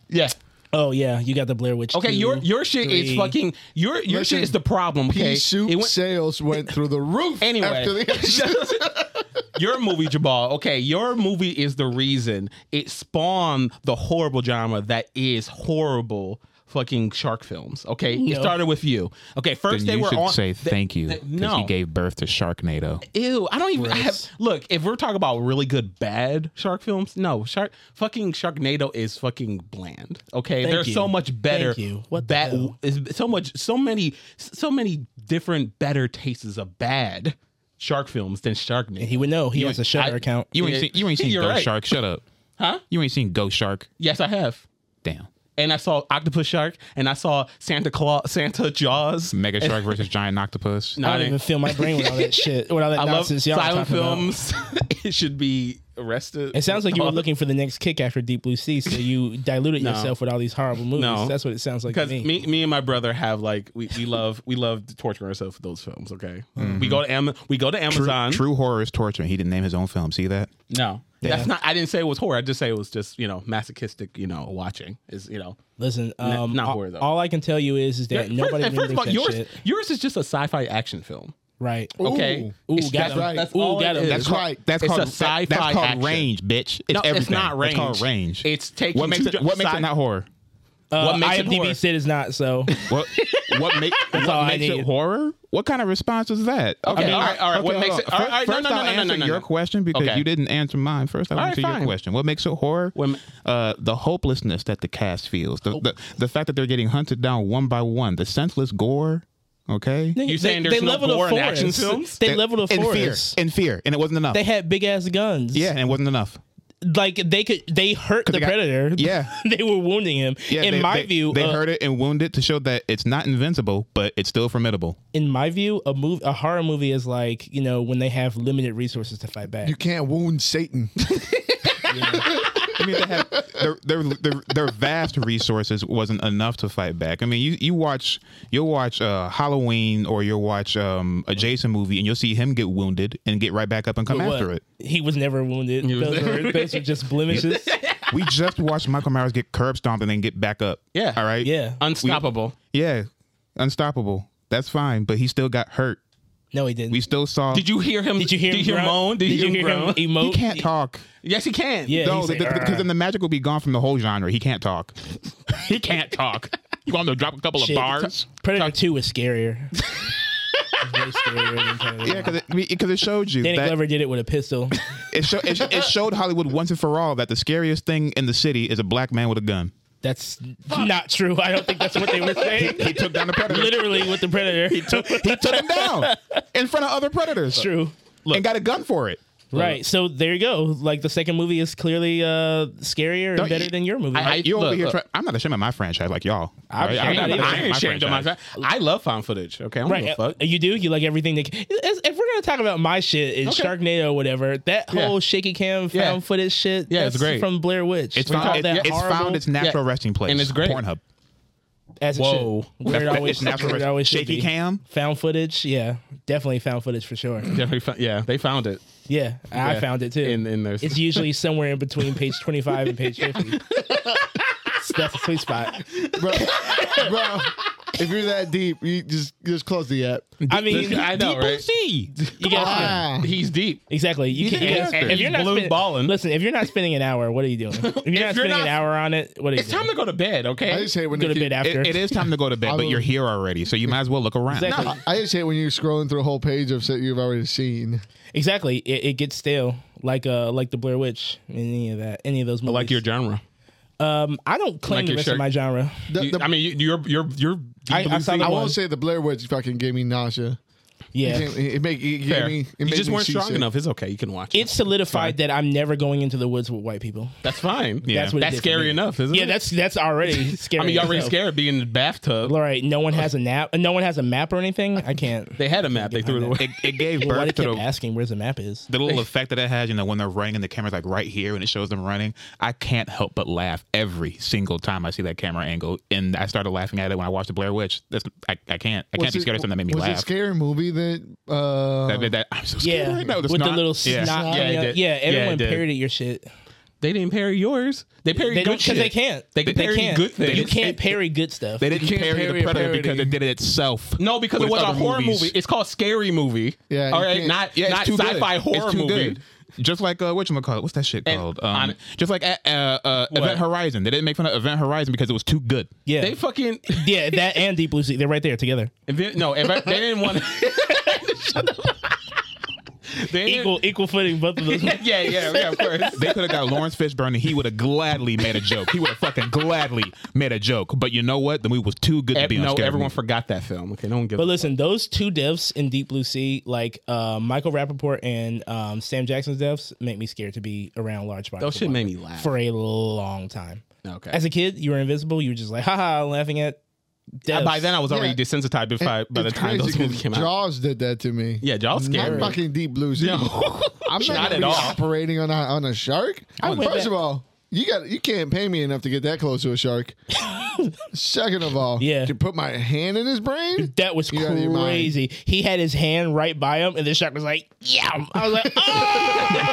C: Yeah.
A: Oh yeah, you got the Blair Witch.
C: Okay,
A: two,
C: your your shit
A: three.
C: is fucking your your
B: Listen,
C: shit is the problem. Okay,
B: pea soup
C: It went-
B: sales went through the roof
C: Anyway.
B: after the
C: your movie, Jabal. Okay, your movie is the reason it spawned the horrible genre that is horrible fucking shark films. Okay, it
A: No.
C: started with you. Okay, first
D: Then
C: they
D: you
C: were
D: should
C: on.
D: say
C: they-
D: thank you
C: they-
D: because
C: no,
D: he gave birth to Sharknado.
C: ew. I don't even I have.
A: Gross.
C: Look, if we're talking about really good bad shark films, no shark fucking Sharknado is fucking bland. Okay,
A: Thank
C: there's
A: you.
C: so much better.
A: Thank you. What the
C: bad?
A: hell?
C: is so much, so many, so many different better tastes of bad shark films than Sharknado.
A: He would know. He has a Shutter
C: I-
A: account.
D: You ain't
C: Yeah.
D: seen you ain't seen
C: You're
D: Ghost
C: right.
D: Shark. Shut up.
C: Huh?
D: You ain't seen Ghost Shark.
C: Yes, I have.
D: Damn.
C: And I saw Octopus Shark, and I saw Santa Claus, Santa Jaws.
D: Mega Shark versus Giant Octopus.
C: No,
A: I don't even feel my brain with all that shit. With all that
C: I love
A: nonsense y'all
C: silent
A: talking about.
C: films. it should be arrested.
A: It sounds like you were looking for the next kick after Deep Blue Sea, so you diluted yourself with all these horrible movies.
C: No.
A: That's what it sounds like to
C: because
A: me.
C: me, me and my brother have like we, we love we love to torture ourselves with those films. Okay, we go to Am- we go to
D: True,
C: Amazon.
D: True horror is torture. and He didn't name his own film. See that?
C: No, that's not. I didn't say it was horror. I just say it was just you know masochistic. You know, watching is you know.
A: Listen,
C: N-
A: um,
C: not
A: all-
C: horror, though.
A: All I can tell you is, is that
C: First-
A: nobody
C: and
A: remembers
C: first of all,
A: that
C: yours
A: shit.
C: yours is just a sci-fi action film.
A: Right.
C: Okay,
B: Ooh.
A: Ooh,
C: It's-
A: got him. Ooh,
C: all
A: got
C: it
A: him.
C: is.
A: That's
B: That's right.
D: That's
C: It's
D: called
C: a
D: that-
C: sci-fi
D: That's called
C: action.
D: range, bitch. It's
C: No, it's
D: everything.
C: not
D: It's called
C: range.
D: range.
C: It's taking
D: what makes
C: two
D: it
C: jo-
D: what makes
C: sci-
D: it not horror.
A: Uh,
C: what makes it
A: IMDb
C: horror?
A: said it's not, so
D: What what, make,
A: That's
D: what
A: all I
D: makes
A: need.
D: it horror? What kind of response is that? Okay,
C: all right, all right. What
D: hold
C: makes
D: on.
C: it- all right, all right, no,
D: First,
C: no,
D: I'll
C: no, no, no,
D: answer
C: no, no.
D: your question because
C: Okay.
D: you didn't answer mine. First, I'll
C: All right,
D: answer
C: fine.
D: your question. What makes it horror?
C: When-
D: uh, the hopelessness that the cast feels, the, the the fact that they're getting hunted down one by one, the senseless gore. Okay,
A: They-
C: saying
A: they
C: there's no
A: leveled a
C: gore in action
A: forest.
C: films?
A: They
D: And-
A: leveled a
D: in fear,
A: forest.
D: in fear, and it wasn't enough.
A: They had big ass guns.
D: yeah, and it wasn't enough.
A: like they could they hurt the
D: they got-
A: predator.
D: Yeah.
A: they were wounding him.
D: Yeah,
A: in
D: they-
A: my
D: they-
A: view,
D: they
A: uh,
D: hurt it and wound it to show that it's not invincible, but it's still formidable.
A: in my view, a move a horror movie is like you know when they have limited resources to fight back.
B: You can't wound Satan.
D: I mean, they had their, their their their vast resources wasn't enough to fight back. I mean, you you watch you'll watch uh, Halloween or you'll watch um, a Jason movie and you'll see him get wounded and get right back up and come
A: But
D: after
A: what?
D: it.
A: He was never wounded.
C: was
A: those,
C: never-
A: were, those were just blemishes.
D: We just watched Michael Myers get curb stomped and then get back up.
C: Yeah.
D: All right.
A: yeah.
C: Unstoppable.
D: Yeah. Unstoppable. That's fine, but he still got hurt.
A: No, he didn't.
D: We still saw.
C: did you hear him?
A: did you hear
C: Did
A: him
C: you
A: groan?
C: moan? Did, you hear him? groan?
A: emote?
D: He can't talk.
C: Yes, he can.
A: Oh, Yeah.
D: No,
A: he's like,
D: because
A: "Arr."
D: then the magic will be gone from the whole genre. He can't talk. he can't talk. You want him to drop a couple
A: Shit.
D: of bars?
A: Predator Two was scarier. It was way scarier than Predator
D: Yeah,
A: one.
D: because it, because it showed you
A: Danny
D: that
A: Glover did it with a pistol.
D: It, show, it, it showed Hollywood once and for all that the scariest thing in the city is a black man with a gun.
A: That's not true. I don't think that's what they were saying.
D: He took down the predator.
A: Literally with the predator. He took
D: He took him down in front of other predators.
A: true.
D: and got a gun for it.
A: Right. So there you go. Like the second movie is clearly uh scarier and
D: Don't-
A: better than your movie.
C: I-
D: You over
C: look,
D: here?
C: look.
D: Try, I'm not ashamed of my franchise, like y'all.
A: I'm
D: Alright?
A: ashamed
C: I,
A: of
D: not
A: it.
D: ashamed of
C: ain't ashamed of my.
D: franchise.
C: I love found footage. Okay, I don't
A: right.
C: give a fuck.
A: Uh, You do. You like everything. That, it's- if we're gonna talk about my shit and
C: Okay.
A: Sharknado or whatever, that
C: Yeah.
A: whole shaky cam found
C: Yeah.
A: footage shit.
C: Yeah, it's
A: that's
C: great.
A: From Blair Witch.
D: It's
A: We call
D: found, it,
A: that
D: it's
A: horrible
D: found its natural
C: Yeah.
D: resting place.
C: And it's great.
D: Pornhub.
A: as it
C: Whoa.
A: should. Where it always,
D: It's natural
A: where it
D: resting-
A: always should
D: shaky
A: be.
D: cam.
A: Found footage. Yeah, definitely found footage for sure.
C: Definitely found- yeah, they found it.
A: Yeah, I found it too.
C: In in their
A: it's usually somewhere in between page twenty-five and page fifty. So That's a sweet spot.
B: bro, bro, if you're that deep, you just just close the app.
A: I mean,
C: I know,
A: deep-
C: right?
A: You guys,
B: Ah.
C: He's deep.
A: Exactly. You
D: He's
A: can,
D: an
A: you
D: actor.
A: if
C: He's
A: you're not
C: blue
A: spending-
C: balling.
A: Listen, if you're not spending an hour, what are you doing? If you're not
C: you're
A: spending
C: not-
A: an hour on it, what are you
C: It's
A: doing?
C: time to go to bed. Okay.
B: I just hate when
A: go
B: the
A: to
B: kid-
A: bed after.
D: It, it is time to go to bed, but
B: will-
D: you're here already, so you might as well look around.
A: Exactly.
B: I, I just hate when you're scrolling through a whole page of shit you've already seen.
A: Exactly. It, it gets stale, like uh, like the Blair Witch, and any of that, any of those movies.
C: like your genre.
A: um, I don't claim
C: like
A: the
C: your
A: rest
C: shirt.
A: of my genre.
B: The-
C: You-
B: the-
C: I mean, you, you're you're you're.
A: I- I saw the
B: I
A: one-
B: won't say the Blair Witch fucking gave me nausea. It,
A: Yeah,
B: gave- it, make, it gave
C: fair.
B: me. It
C: you
B: made
C: just
B: me
C: weren't strong
B: seasick.
C: enough. It's okay. You can watch.
A: it solidified that I'm never going into the woods with white people.
C: that's fine.
D: Yeah.
A: That's what. it
C: That's
A: did for
C: scary
A: me.
C: enough, isn't
A: Yeah,
C: it?
A: that's that's already scary.
C: I mean, you're already
A: So,
C: scared of being in the bathtub.
A: All right, no one has a nap. No one has a map or anything. I can't.
C: They had a map. They threw it away.
D: It, it gave
A: Well, why they
D: birth to
A: kept
D: the,
A: asking where the map is?
D: the little effect that it has. You know, when they're running and the camera's like right here, and it shows them running. I can't help but laugh every single time I see that camera angle, and I started laughing at it when I watched the Blair Witch. That's I, I can't. I can't
B: Was
D: be
B: it-
D: scared of something that made me
B: was it
D: laugh.
B: scary movie that? Uh,
D: That, that, that- I'm so scared
A: Yeah,
D: right now.
A: with the
D: snot.
A: little
D: yeah.
A: snot.
C: Yeah,
A: Yeah,
C: it
A: yeah,
C: did. Yeah, it
A: everyone
C: did.
A: parodied your shit.
C: They didn't parry yours. They parried
A: They
C: good
A: don't because
C: shit.
A: they can't.
C: They can parry
A: can't.
C: good things.
A: You
C: They-
A: can't parry good stuff.
D: They didn't
B: can't
D: parry
B: parry
D: the
B: a
D: predator
B: parody.
D: because it did it itself.
C: No, because
D: with
C: it was a
D: other
C: horror
D: movies.
C: movie. It's called scary movie.
B: Yeah,
C: All
B: you
C: right,
B: can't-
C: not
D: Yeah, it's
C: not
D: too good.
C: sci-fi horror
D: it's too
C: movie.
D: Good. Just like uh, what call it? What's that shit
C: And
D: called?
C: on-
D: Um, just like uh, uh, uh,
C: What?
D: Event Horizon. They didn't make fun of Event Horizon because it was too good.
A: yeah,
C: They fucking
A: yeah, that and Deep Blue Sea. They're right there together.
C: Event- no. Ev- they didn't want. Shut the fuck. They didn't-
A: Equal equal footing, both of those.
C: Yeah, yeah, yeah. Of course.
D: They could have got Lawrence Fishburne, and he would have gladly made a joke. He would have fucking gladly made a joke. But you know what? The movie was too good to
C: Ev-
D: be on
C: no,
D: scary
C: everyone
D: movie.
C: forgot that film. Okay, no one gives.
A: But listen, those two deaths in Deep Blue Sea, like uh, Michael Rappaport and um, Sam Jackson's deaths, make me scared to be around large bodies.
C: Those
A: of
C: shit
A: water
C: made me laugh.
A: for a long time.
C: Okay.
A: As a kid, you were invisible. You were just like, haha, laughing at. Deaths.
C: Uh, by then, I was already
B: Yeah.
C: desensitized by, by
B: it's
C: the time
B: crazy
C: those movies
B: 'cause
C: came out.
B: Jaws did that to me.
C: Yeah, Jaws
B: Not
C: scary.
B: fucking Deep Blue Sea. I'm not,
C: Not
B: gonna
C: at
B: be
C: all.
B: operating on a, on a shark.
A: went
B: First
A: back-
B: of all, you got you can't pay me enough to get that close to a shark. Second of all,
A: Yeah.
B: to put my hand in his brain.
A: That was
B: You outta your mind.
A: crazy. He had his hand right by him, and the shark was like, "Yeah." I was like, "Oh!"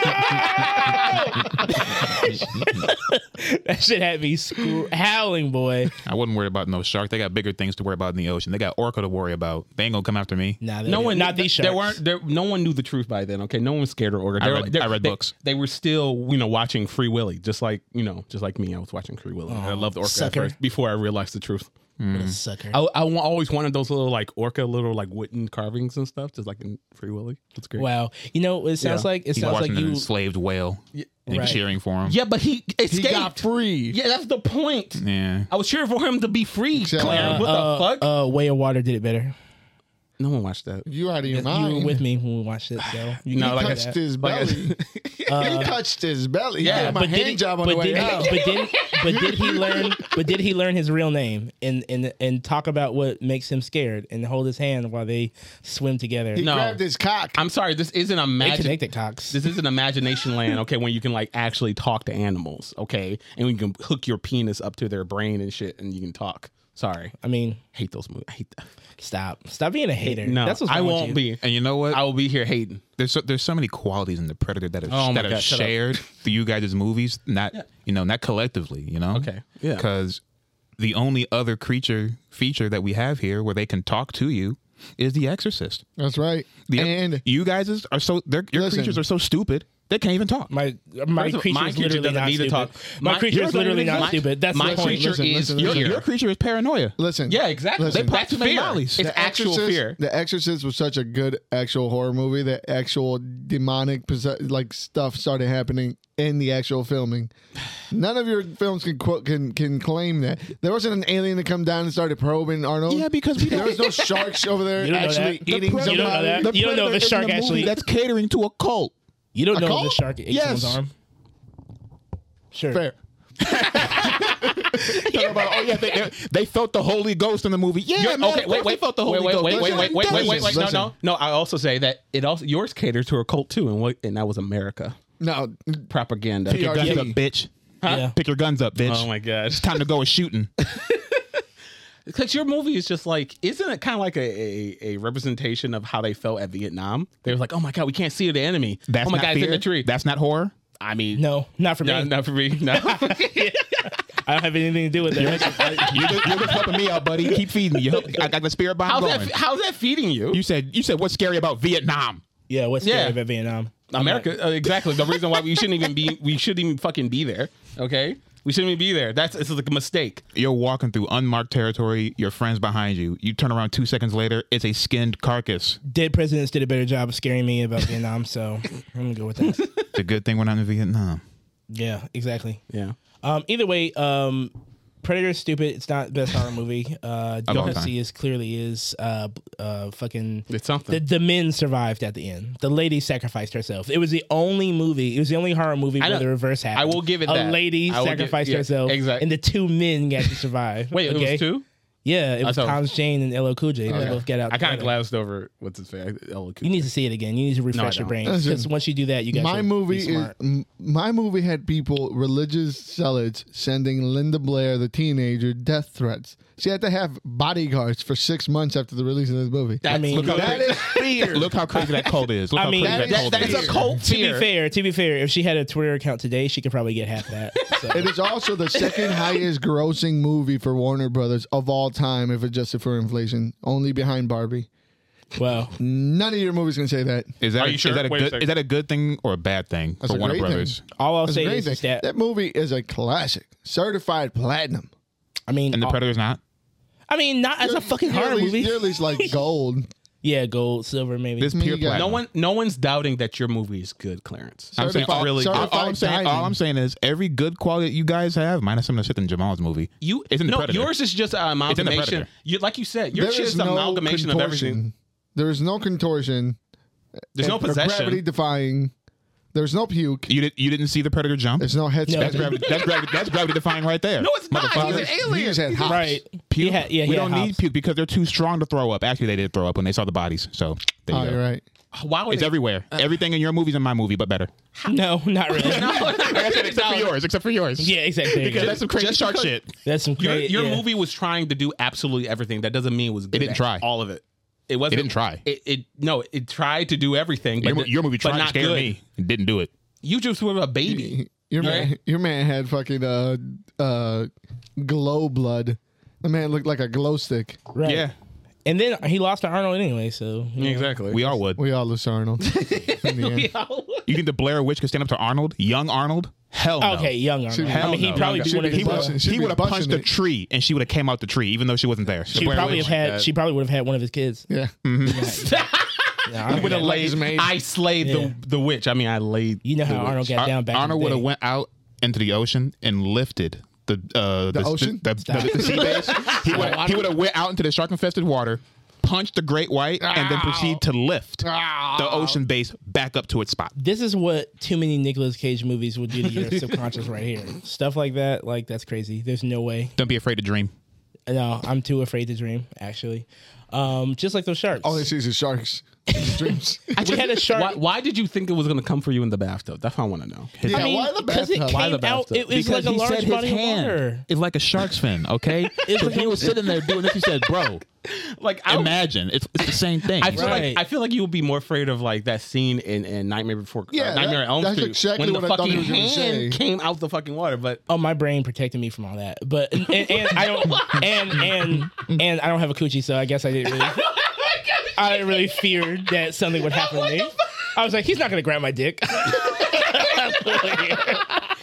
A: that shit had me scr- howling, boy.
D: I wasn't worried about no shark. They got bigger things to worry about in the ocean. They got orca to worry about. They ain't gonna come after me.
A: Nah, they
C: No
A: didn't.
C: one,
A: not these sharks.
C: There weren't. There, no one knew the truth by then. Okay, no one was scared or ordered.
D: I
C: They were-
D: read-
C: they-
D: I read
C: they-
D: books.
C: They were still, you know, watching Free Willy, just like you know, just like me. I was watching Free Willy. I loved Orca at
A: sucker.
C: first before I realized the truth.
A: What a sucker.
C: I, I wa- always wanted those little like Orca little like wooden carvings and stuff, just like in Free Willy. That's great.
A: Wow. You know, what it sounds
C: Yeah.
A: like it
D: He's
A: sounds like
D: watching an
A: you.
D: enslaved whale and
A: Right.
D: cheering for him.
C: Yeah, but he
B: He
C: escaped.
B: got free.
C: yeah, that's the point.
D: Yeah.
C: I was cheering for him to be free.
B: Exactly.
C: Clarence. what
A: uh,
C: the fuck?
A: Uh, Way of Water did it better.
C: no one watched that.
B: You out of your
A: You
B: mind.
A: were with me when we watched it, so you
C: No,
A: can
C: like
A: do
C: I-
A: that.
B: touched his
C: Like- Uh,
B: belly. he touched his belly.
C: Yeah,
B: Yeah, my
A: but did
B: hand
A: he-
B: job on the
A: but
B: way
A: did,
B: out.
A: But did, but did he learn? But did he learn his real name and and and talk about what makes him scared and hold his hand while they swim together?
B: He
C: No.
B: grabbed his cock.
C: I'm sorry. This isn't a
A: they
C: magic.
A: connected cocks.
C: This isn't imagination land, okay, when you can like actually talk to animals, okay? And you can hook your penis up to their brain and shit and you can talk. Sorry.
A: I mean,
C: hate those movies. I hate that.
A: stop, stop being a hater.
C: No,
A: that's what's
C: I
A: wrong with
C: won't
A: you.
C: be.
D: And you know what?
C: I will be here hating.
D: there's so, there's so many qualities in the Predator that are
C: Oh my
D: that are
C: God, shut up.
D: shared through you guys' movies, not you know, not collectively, you know.
C: Okay, yeah.
D: Because the only other creature feature that we have here where they can talk to you is the Exorcist.
B: That's right.
D: The,
B: and
D: you guys are so they're- your
B: Listen.
D: creatures are so stupid they can't even talk.
A: My my
C: First of all,
A: creature
C: my
A: is
C: creature
A: literally
C: doesn't
A: not
C: need to
A: stupid.
C: talk.
A: My,
C: My-
A: creature
C: yours
A: is
C: doesn't
A: literally
C: even-
A: not
C: my-
A: stupid. That's
C: my
A: the point.
C: creature
B: Listen,
C: is
B: listen,
C: here.
B: listen.
D: Your creature is paranoia.
B: listen.
C: Yeah, exactly.
B: Listen.
C: They pass
D: That's
C: fear.
D: fear.
C: It's
D: The
C: actual
B: Exorcist-
C: fear.
B: The Exorcist was such a good actual horror movie that actual demonic possess- like stuff started happening in the actual filming. None of your films can quote can can claim that there wasn't an alien to come down and started probing Arnold.
D: Yeah, because we
B: there was no sharks over
A: You
B: there
A: don't know
B: actually
A: that. Predator-
B: eating somebody.
A: You don't know that. You don't know
D: Predator
A: if it's
D: in
A: shark
D: the movie
A: actually-
D: that's catering to a cult.
A: You don't know if
B: call?
A: the shark ate
D: Yes.
A: someone's arm. Sure.
B: Fair.
D: Talking about, oh yeah, they, they, they felt the Holy Ghost in the movie. Yeah,
C: You're-
D: man,
C: okay,
D: of
C: wait,
D: course
C: wait,
D: they felt the Holy
C: wait, wait,
D: Ghost.
C: wait,
D: Those
C: wait,
D: are
C: wait, wait, wait, wait, wait, no,
B: Listen.
C: no, no. I also say that it also yours catered to a cult too, and what, and that was America
B: No,
C: propaganda.
D: Pick your guns up, bitch.
A: Yeah.
D: Pick your guns up, bitch.
C: Oh my gosh,
D: It's time to go a shooting.
C: because your movie is just like, isn't it kind of like a, a a representation of how they felt at Vietnam? They was like, oh my god, we can't see the enemy.
D: That's
C: oh my
D: not
C: god,
D: fear.
C: it's in the tree.
D: That's not horror.
C: I mean,
A: No, not for
C: no,
A: me.
C: not for me. No,
A: I don't have anything to do with that.
D: You're just, you're just helping me out, buddy. Keep feeding me. You help- I got the spirit bomb
C: how's
D: going.
C: that? How's that feeding you?
D: you said you said what's scary about Vietnam?
A: yeah, what's scary
C: Yeah.
A: about Vietnam?
C: America, uh, exactly. The reason why we shouldn't even be, we shouldn't even fucking be there. Okay, we shouldn't even be there. That's it's like a mistake.
D: You're walking through unmarked territory. Your friends behind you. You turn around two seconds later. It's a skinned carcass.
A: Dead presidents did a better job of scaring me about Vietnam, so I'm gonna go with that.
D: It's a good thing we're not in Vietnam.
A: Yeah, exactly.
C: Yeah.
A: Um, either way, um, Predator is stupid. It's not the best horror movie. Uh,
D: long
A: Don't
D: time.
A: see is clearly is uh, b- uh, fucking.
C: It's
A: The,
C: something.
A: the men survived at the end. The lady sacrificed herself. It was the only movie. It was the only horror movie
C: I
A: where
C: know.
A: the reverse happened.
C: will give it
A: a
C: that.
A: lady
C: I will give-
A: sacrificed
C: yeah,
A: herself,
C: exact-
A: and the two men got to survive.
C: Wait, it
A: okay?
C: was two.
A: Yeah, it was
C: thought-
A: Tom's Jane and LL Cool J. They both get out.
C: I kind of
A: together.
C: glanced over what's his face. LL Cool
A: You need to see it again. You need to refresh your
C: don't.
A: brain
B: Listen,
A: because once you do that, you guys.
B: my
A: will be
B: movie is
A: smart.
B: m- my movie had people religious zealots sending Linda Blair the teenager death threats. She had to have bodyguards for six months after the release of this movie.
A: I mean,
D: Look how,
B: that
D: crazy,
B: is fear.
D: look how crazy that cult is. Look
A: I
D: how
A: mean, that
D: crazy that,
A: is-
D: cult
A: that
D: is.
A: is a
C: cult
A: to be fair, to be fair, if she had a Twitter account today, she could probably get half that. So.
B: It is also the second highest grossing movie for Warner Brothers of all time, if adjusted for inflation, only behind Barbie.
A: Well,
B: None of your movies can say that.
D: Is that,
C: Are
D: a,
C: you sure?
D: is that a
C: Wait a
D: good
C: second.
D: is that a good thing or a bad thing
B: That's
D: for
B: a
D: Warner
B: great
D: Brothers?
B: thing.
A: all I'll
B: That's
A: say is,
B: amazing.
A: is that,
B: That movie is a classic, certified platinum.
A: I mean,
D: And
C: Oh.
D: the
A: all-
D: Predator's not.
A: I mean, not as a fucking
B: You're at
A: horror
B: least-
A: movie.
B: You're at least like gold.
A: Yeah, gold, silver, maybe.
D: This
B: I mean,
D: pure
B: you got-
D: platinum.
C: No one, no one's doubting that your movie is good, Clarence.
D: I'm saying, all,
B: Certified-
D: really, all,
B: certified
D: I'm saying, all
B: diamond.
D: I'm saying is every good quality that you guys have, minus some of the shit in Jamal's movie,
C: You,
D: It's in the
C: no,
D: Predator.
C: yours is just an
D: It's in the
C: amalgamation.
D: Predator.
C: You, like you said, your shit is an amalgamation of everything.
B: There is no contortion.
C: There's no
B: Or Gravity
C: possession.
B: defying. There's no puke.
D: you did you didn't see the Predator jump.
B: There's no head
A: No.
B: smash.
D: That's gravity. That's gravity. That's gravity defying right there.
C: No, it's not. He's an
B: He
C: alien.
B: just had hops.
A: right.
D: Puke.
A: He had- yeah, he
D: we
A: had
D: don't need
A: hops.
D: puke because they're too strong to throw up. Actually, they did throw up when they saw the bodies. So there you
B: Oh,
D: go.
B: you're right.
C: Why would
D: It's
C: they-
D: everywhere. Everything in your movie's in my movie, but better.
A: No, not really.
D: except for yours. Except for yours.
A: Yeah, exactly.
D: Because that's some crazy shark shit.
A: That's some
C: Your,
A: great.
C: your
A: yeah.
C: movie was trying to do absolutely everything. That doesn't mean it was. Good
D: didn't
C: at
D: try.
C: all of it. It wasn't.
D: didn't try.
C: It, it- no. It tried to do everything, but
D: Your, mo-
C: the-
D: your movie
C: but
D: tried to
C: not
D: scare
C: good.
D: me. It didn't do it.
C: You just were a baby.
B: Your
C: Right.
B: man, your man had fucking uh uh glow blood. The man looked like a glow stick.
A: Right. And then he lost to Arnold anyway, so you know.
C: exactly.
D: We all would.
B: We all lose Arnold. In the end.
D: You think the Blair Witch could stand up to Arnold? Young Arnold? Hell no.
A: Okay, young Arnold. I
D: Hell
A: mean, he
D: no.
A: probably
B: Young
A: do
B: Arnold.
A: one of
B: He
A: his.
B: was-
A: best-
B: She'd
D: He
B: be
D: would have
B: busting
D: punched a
B: it.
D: tree and she would have came out the tree even though she wasn't there.
A: She would probably have had. She probably would have had one of his kids.
B: Yeah.
A: Nah, Arnold-
C: would have
B: his
C: laid.
B: maid.
C: I slayed the the witch. I mean, I laid.
A: you know how Arnold got down back. in the
D: Arnold would have
A: day.
D: went out into the ocean and lifted the uh, the,
B: ocean?
D: the, the, the- the sea bass. He would he would have went out into the shark infested water, punched the great white, and then proceed to lift the ocean base back up to its spot.
A: This is what too many Nicolas Cage movies will do to your subconscious right here. Stuff like that, like that's crazy. There's no way.
D: Don't be afraid to dream.
A: No, I'm too afraid to dream. Actually, um, just like those sharks.
B: All he sees is sharks. His dreams.
A: we had a shark.
C: Why, why did you think it was going to come for you in the bathtub? That's what I want to know.
B: Yeah,
A: I mean,
B: why the
A: because it
B: bathtub?
A: came
C: Why the
A: out,
C: bathtub?
A: it was like a large body of water.
D: is like a shark's fin, okay? so he was sitting there doing this. He said, bro,
C: Like I,
D: imagine. It's, it's the same thing.
C: I feel
A: Right.
C: like I feel like you would be more afraid of like that scene in, in Nightmare Before
B: Yeah,
C: uh, Nightmare
B: that-
C: on Elm
B: that's
C: Street
B: exactly
C: when the
B: what I thought
C: fucking
B: you were gonna say.
C: hand came out the fucking water. But
A: Oh, my brain protected me from all that. But and, and, and I don't and and and I don't have a coochie, so I guess I didn't really. I didn't really feared that something would happen to me. I was like, he's not gonna grab my dick.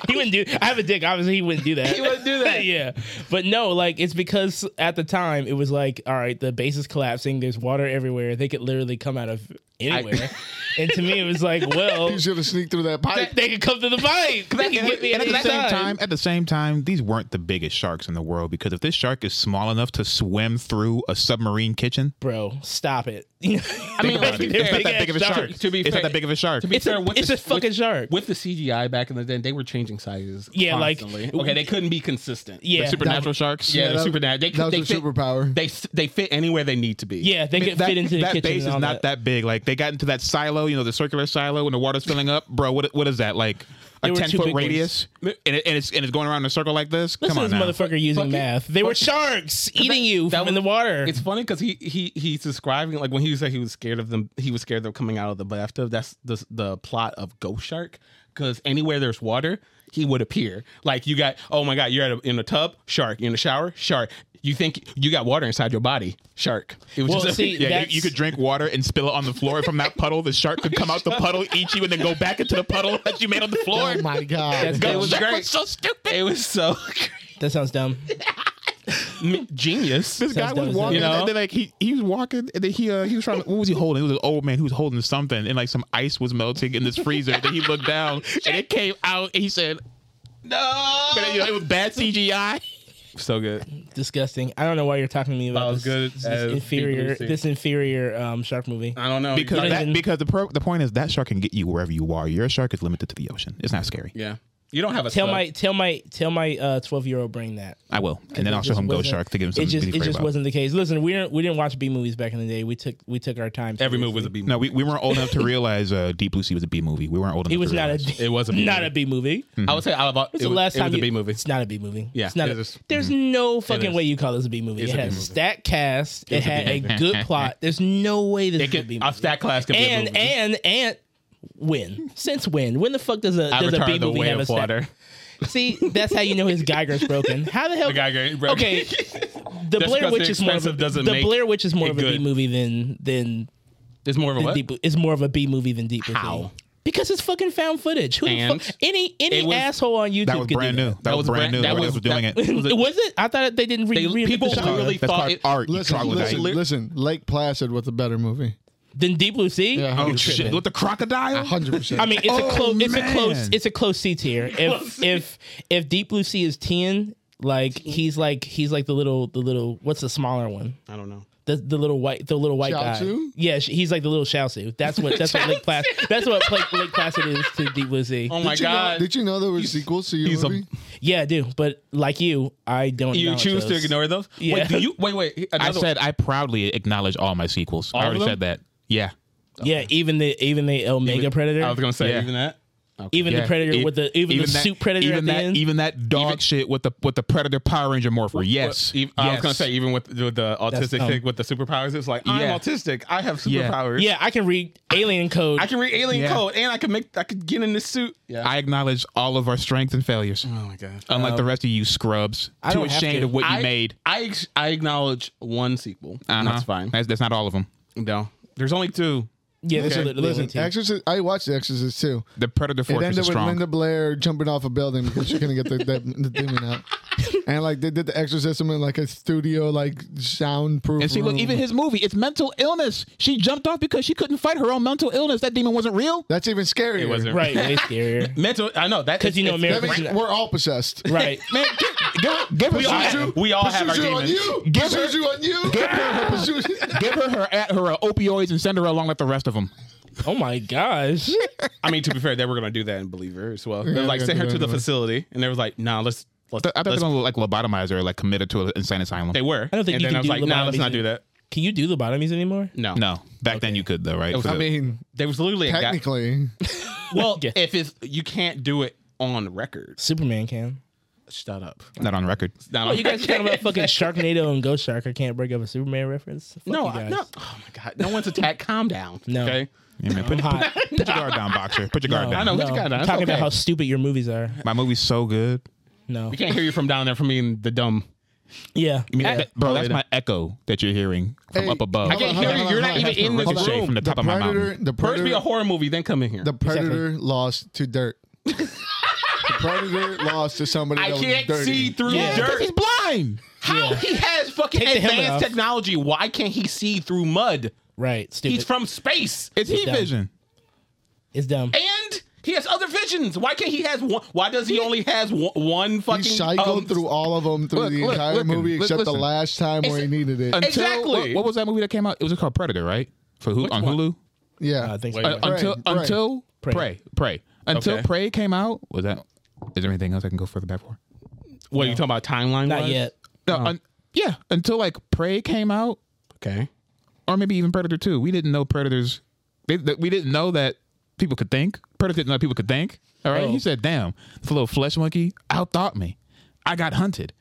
A: he wouldn't do. I have a dick. Obviously, he wouldn't do that.
C: He wouldn't do that.
A: yeah, but no, like it's because at the time it was like, all right, the base is collapsing. There's water everywhere. They could literally come out of anywhere. and to me, it was like, well,
B: He should have sneaked through that pipe.
A: they could come to the bike. They could get me
D: and
A: at
D: at the
A: any
D: same
A: time.
D: time, at the same time, these weren't the biggest sharks in the world because if this shark is small enough to swim through a submarine kitchen,
A: bro, stop it. I
C: mean, let's be fair.
D: it's not that big of a shark.
C: To be
D: it's
C: fair-
D: not that big of a shark.
C: to be
A: It's
C: fair,
A: a-
C: with
A: it's
C: the,
A: a fucking
C: with-
A: shark.
C: With the CGI back in the day, they were changing sizes.
A: Yeah, like-
C: constantly. okay, they couldn't be consistent.
A: Yeah.
C: The supernatural
D: Natural sharks.
C: Yeah,
B: Yeah,
C: the
B: that-
C: supernatural. They,
B: that was
C: they
B: a
C: fit-
B: superpower.
C: They s- they fit anywhere they need to be.
A: Yeah, they could
D: that,
A: fit into the
D: that
A: kitchen.
D: base is
A: and all
D: not that. big. Like they got into that silo, you know, the circular silo, and the water's filling up. Bro, what what is that like?
A: They
D: A
A: were
D: ten
A: two
D: foot
A: big ones.
D: radius, and, it, and it's and it's going around in a circle like this.
A: Listen
D: Come
A: to
D: on
A: this
D: now.
A: motherfucker using
C: Fucking-
A: math. They were sharks eating you
C: that
A: from
C: was-
A: in the water.
C: It's funny because he he he's describing like when he said he was scared of them, he was scared of coming out of the bathtub. That's the the plot of Ghost Shark. Because anywhere there's water, he would appear. Like you got, oh my god, you're at a, in a tub, shark. You're in a shower, shark. You think you got water inside your body, shark. It was
A: Well,
C: just
A: see,
D: Yeah, you,
A: That's-
D: you could drink water and spill it on the floor. And from that puddle, the shark could come out the puddle, eat you, and then go back into the puddle that you made on the floor.
B: Oh my god.
C: it was
D: That
C: great.
D: was so stupid.
C: it was so
A: that sounds dumb.
C: genius.
D: This guy
A: dumb as
D: was
A: hell.
D: walking,
A: You
C: know?
D: and then like he he was walking, and then he uh, he was trying. to- What was he holding? It was an old man who was holding something, and like some ice was melting in this freezer. then he looked down, and it came out, and he said,
C: No,
D: but, you know, "It was bad CGI."
C: so good.
A: Disgusting. I don't know why you're talking to me about
C: About
A: this,
C: as good
A: this
C: as
A: inferior
C: BBC.
A: this inferior um, shark movie.
C: I don't know
D: Because
A: don't
D: that,
A: even-
D: because the pro, the point is that shark can get you wherever you are. Your shark is limited to the ocean. It's not scary.
C: yeah, you don't have a
A: Tell
C: sub.
A: my tell my tell my uh, twelve year old brain that.
D: I will, and then
A: It
D: I'll show
A: just
D: him Ghost
A: wasn't-
D: Shark to give him something
A: It just
D: to
A: it
D: be afraid
A: just
D: about.
A: wasn't the case. Listen, we didn't we didn't watch B movies back in the day. We took we took our time.
C: every move was
A: seriously.
C: a B.
D: No, we, we weren't old enough to realize uh, Deep Blue Sea was a B movie. We weren't old enough.
A: It was
D: to
A: not a
D: realize.
A: B-
C: It was a B
A: not
C: movie.
A: a B movie.
C: I would say I about
A: It's
C: it,
A: the
C: was-
A: last
C: it
A: time
C: was a
A: you-
C: B movie.
A: It's not a B movie.
C: Yeah,
A: it's not.
C: it
A: a,
C: is. Mm-hmm.
A: there's no fucking
C: is.
A: way you call this a B movie.
C: It's
A: it
C: a B
A: had a
C: movie.
A: stack cast. It
C: It's a B
A: had a,
C: movie.
A: good plot. There's no way this
C: It
A: is a B
C: could,
A: movie.
C: a stat class could
A: and
C: be a movie.
A: and and when since when when the fuck does a does a
C: Avatar:
A: B
C: The
A: movie
C: Way
A: have a
C: of
A: stack?
C: Water.
A: See, that's how you know his Geiger's broken. How the hell?
C: The Geiger broke.
A: Okay, the
C: That's
A: Blair
C: because
A: Witch
C: the
A: is more of a,
C: expensive doesn't
A: the
C: make
A: Blair Witch is more
C: it
A: of a B
C: good.
A: movie than than
C: There's more of a
A: than
C: what?
A: Deep Blue. It's more of a B movie than Deep Blue. Sea.
C: How?
A: Because it's fucking found footage. Who the
C: And?
A: fuck? Any any
C: It was-
A: asshole on YouTube
D: That was
A: could
D: brand
A: do
D: new. That, was brand new. That was, doing
C: that-
D: it.
A: That.
C: Was
A: Was,
C: it-
A: it? I thought they didn't
C: They-
A: re- re-
C: people
A: the,
C: literally
D: That's
C: thought
D: called
C: it.
D: art. you
B: Listen,
D: troglodyte.
B: listen, listen. Lake Placid was a better movie.
A: than Deep Blue Sea.
B: Yeah,
D: Oh
B: 100%.
D: shit! With the crocodile.
B: 100%.
A: I mean, it's a
D: Oh,
A: close. It's a
D: man.
A: close. It's a close C tier. If if if Deep Blue Sea is ten, like he's like he's like the little the little what's the smaller one.
C: I don't know.
A: The, the little white the little white guy.
B: Shaozu?
A: Yeah, sh- he's like the little Shaozu. That's what that's what Lake Placid that's what Lake, Lake Placid is to Deep Blue Sea.
C: Oh my
B: Did you know-
C: god!
B: Did you know there were sequels to your
C: he's a-
B: movie?
A: Yeah, I do. But like you, I don't.
C: you
A: acknowledge
C: choose to
A: those.
C: ignore those?
A: Yeah.
C: Wait, do you? Wait, wait.
D: I
C: another one.
D: said I proudly acknowledge all my sequels. I
C: of
D: already
C: them?
D: said that. Yeah.
A: Yeah, even the even the Omega Predator,
C: I was gonna say
D: Yeah.
C: even that.
A: even the
D: Yeah.
A: Predator
D: E-
A: with the even, the
D: that-
A: suit Predator
D: even
A: at the
D: that,
A: end.
D: even that dog shit with the with the Predator Power Ranger morpher. Yes,
C: But ev- I was
D: Yes.
C: gonna say even with, with the autistic
A: dumb.
C: thing with the superpowers, it's like
D: Yeah.
C: I'm autistic. I have
D: Yeah.
C: superpowers.
A: yeah, I can read alien code.
C: I can read alien
D: Yeah.
C: code, and I can make I could get in this suit. Yeah.
D: I acknowledge all of our strengths and failures,
C: oh my god.
D: unlike the rest of you scrubs.
A: I
D: too
A: don't have
D: ashamed
A: to.
D: of what you
C: I,
D: made.
C: I ex- I acknowledge one sequel.
D: Uh-huh.
C: and That's fine.
D: That's, that's not all of them.
C: No, there's only two.
A: yeah, that's
B: Okay,
A: literally
B: listen,
A: listen,
B: Exorcist. I watched The Exorcist too.
D: The Predator
B: It
D: Fortress
B: ended
D: is
B: with
D: strong.
B: Linda Blair jumping off a building because she couldn't get the, the, the demon out. And like they did The Exorcism in like a studio, like soundproof.
D: and see, look,
B: room.
D: even his movie, it's mental illness. She jumped off because she couldn't fight her own mental illness. That demon wasn't real.
B: that's even scarier.
C: It wasn't
A: right, way scarier.
C: mental. I know that
A: 'Cause you know
C: it's-
B: That
A: America-
B: means we're all possessed.
A: Right,
D: Man, give, give, give
C: We all
D: her,
C: have, we all have our
B: Pursues you on
C: demons.
B: you.
D: Give
B: Pursues
D: her-
B: you on you. Pursues you-
D: give her her, her uh, opioids and send her along with the rest of them.
A: oh my gosh,
C: I mean, to be fair, they were gonna do that in Believer as well.
B: Yeah,
C: They're like
B: they're
C: sent
B: gonna
C: her
B: do that
C: to the
B: anyway.
C: facility, and they was like, "No, nah, let's let's."
D: I thought they were
C: let's-
D: gonna like lobotomize her, like committed to an insane asylum.
C: they were.
A: I don't think
C: And
A: you
C: then
A: can
C: I was
A: do
C: like, "Nah, let's
A: lobotomies
C: not do
A: in-
C: that."
A: can you do lobotomies anymore?
C: No,
D: no, back then you could though, right?
C: was-
D: For
B: I
D: the-
B: mean,
C: There was literally a guy.
B: technically,
C: Well,
A: Yeah.
C: if it's you can't do it on record.
A: Superman can.
C: Shut up.
D: not on record.
C: Not
A: Oh,
C: on
A: you guys are talking about fucking Sharknado and Ghost Shark. I can't break up a Superman reference. Fuck
C: No,
A: you
C: I-
A: guys.
C: no. Oh my god. No one's attacked. Calm down.
A: No.
C: Okay.
D: Yeah, man,
A: I'm
D: put,
A: hot.
D: put your guard down, boxer. Put your guard
A: No,
D: down.
C: know,
A: no.
C: what you got on.
A: I'm
C: It's
A: talking about
C: okay.
A: how stupid your movies are.
D: My movie's so good.
A: No.
C: We can't hear you from down there from being the dumb.
A: Yeah.
D: That- bro, that's my echo that you're hearing from
B: Hey,
D: up above.
B: I
C: can't
B: Hold on,
C: hear you.
B: hold
C: You're
B: on,
C: not
B: hold on.
C: even in
B: Hold
C: this
B: on.
D: Ricochet
C: room.
D: from the top
B: the
D: of my
B: predator,
D: mouth.
B: the
C: First, be a
B: predator,
C: horror movie, then come in here.
B: the predator lost to dirt. the predator lost to somebody.
C: I
B: that
C: can't
B: was dirty.
C: see through
A: Yeah.
C: dirt.
D: He's blind.
C: How he has fucking
A: Take the helmet
C: advanced
A: off.
C: technology? Why can't he see through mud?
A: Right. Stupid.
C: He's from space,
D: It's heat
A: dumb.
D: vision.
A: it's dumb.
C: and he has other visions. Why can't he has one? Why does he only has one, one fucking?
B: He cycled
C: um,
B: through all of them through
D: look,
B: the
D: look,
B: entire
D: look,
B: movie
D: look,
B: except the
D: listen.
B: last time where he needed it.
D: Until-
C: Exactly.
D: What, what was that movie that came out? It was called Predator, right? For who on
C: one?
D: Hulu?
B: yeah,
A: I think so.
C: Wait,
A: Uh,
B: Prey,
D: until
B: Prey.
D: until
A: Prey.
D: Prey, Prey, Until
C: Okay.
D: Prey came out. Was that? Is there anything else I can go further back for?
C: What are you talking about? Timeline?
A: Not yet.
D: No. un- yeah. Until like Prey came out,
C: Okay.
D: or maybe even Predator Two. We didn't know predators. They, that we didn't know that people could think. Predator didn't know people could think. All right.
A: Oh.
D: He said, "Damn, this little flesh monkey outthought me. I got hunted.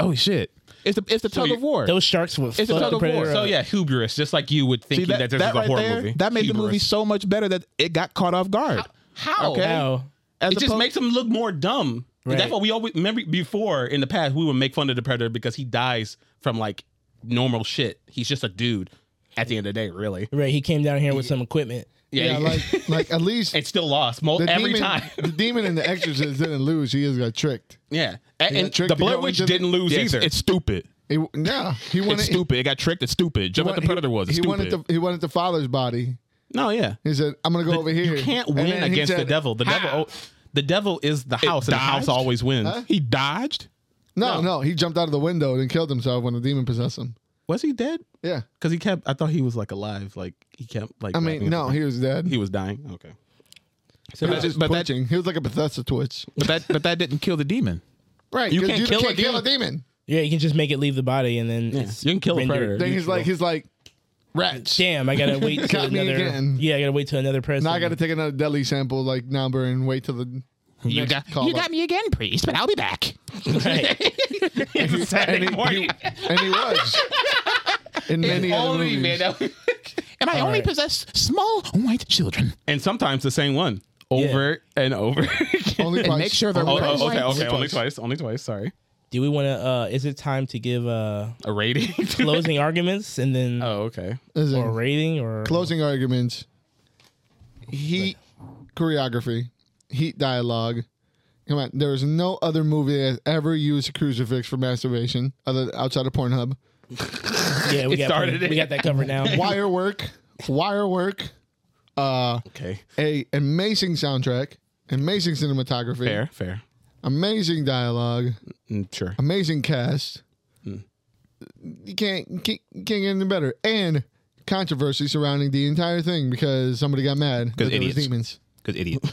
D: Oh shit! It's the it's the tug
C: you-
D: of war.
A: Those sharks would
D: It's a
A: fuck
D: tug
A: the
D: of war,
A: predator.
C: So
A: up.
C: yeah, hubris. Just like you would
D: See,
C: think that, this is a
D: right
C: horror
D: there,
C: movie.
D: That made the
C: Hubris.
D: movie so much better that it got caught off guard.
C: How?
D: Okay.
A: How?
D: As
C: it just
D: opposed-
C: makes him look more dumb.
A: Right.
C: That's what we always remember before in the past. We would make fun of the predator because he dies from like normal shit. He's just a dude at the end of the day, really.
A: Right. He came down here with some equipment.
B: Yeah,
C: Yeah,
B: like like at least
C: it's still lost mo-
B: the
C: every
B: demon,
C: time.
B: the demon in The Exorcist didn't lose. He just got tricked.
C: Yeah, A- and,
B: tricked
C: the
B: to go
C: Blood Witch
B: into the-
C: didn't lose
D: Yeah, it's,
C: either.
D: it's stupid.
B: He, no, he wanted.
D: It's stupid. It got tricked. It's stupid.
B: He,
D: Just what
B: wa-
D: the predator was. It's
B: he
D: stupid.
B: wanted the he wanted the father's body.
C: no, yeah,
B: He said, "I'm gonna go over here."
C: you can't
B: And
C: win
B: then he
C: against the
B: said-
C: devil. The devil, oh, the devil is the house, and the house
D: dodged?
C: always wins.
D: he dodged.
B: No, no, he jumped out of the window and killed himself when the demon possessed him.
C: Was he dead?
B: Yeah,
C: Because he kept. I thought he was like alive. Like he kept. Like
B: I mean,
C: wrapping
B: no,
C: up.
B: he was dead.
C: he
B: He
C: was dying. Okay.
B: was just
D: but that-
B: twitching. he was like a Bethesda twitch.
D: But that but that didn't kill the demon.
B: Right,
C: You
B: 'cause
C: can't kill a
B: can't kill a demon.
A: Yeah, you can just make it leave the body and then it's
C: You can kill a
A: rendered-
C: predator.
B: Then he's like, he's like, rats.
A: Damn, I gotta wait till
B: Got me
A: another.
B: again.
A: Yeah, I gotta wait till another person.
B: Now I got to take another deli sample like number and wait till the.
D: You
B: next
D: got
B: call
D: you
B: up.
D: got me again, priest. But I'll be back.
A: Right.
C: it's Saturday morning.
B: and he was. In many other
C: Only,
B: movies.
C: man, that-
D: And I only
A: right.
D: possess small white children.
C: and sometimes the same one over and over. again.
B: Only twice.
D: make sure they're
B: Only
D: right.
B: twice.
C: oh, okay,
D: Only
C: okay, only
D: twice.
C: twice, only twice. Sorry,
A: Do we want to? uh Is it time to give uh
C: a rating. to-
A: closing arguments and then
C: oh, okay.
B: Listen,
A: or rating or
B: closing arguments. Heat choreography, heat dialogue. Come on, there is no other movie that has ever used a crucifix for masturbation other outside of Pornhub.
A: Yeah, we got
C: started it.
A: we got that covered now.
B: Wire work, wire work. Uh,
C: Okay.
B: a amazing soundtrack, amazing cinematography,
C: Fair, fair.
B: amazing dialogue,
C: Mm, Sure.
B: amazing cast.
C: Hmm.
B: You can't, you can't you can't get any better. And controversy surrounding the entire thing because somebody got mad because there was
D: idiots.
B: demons.
D: Because idiot.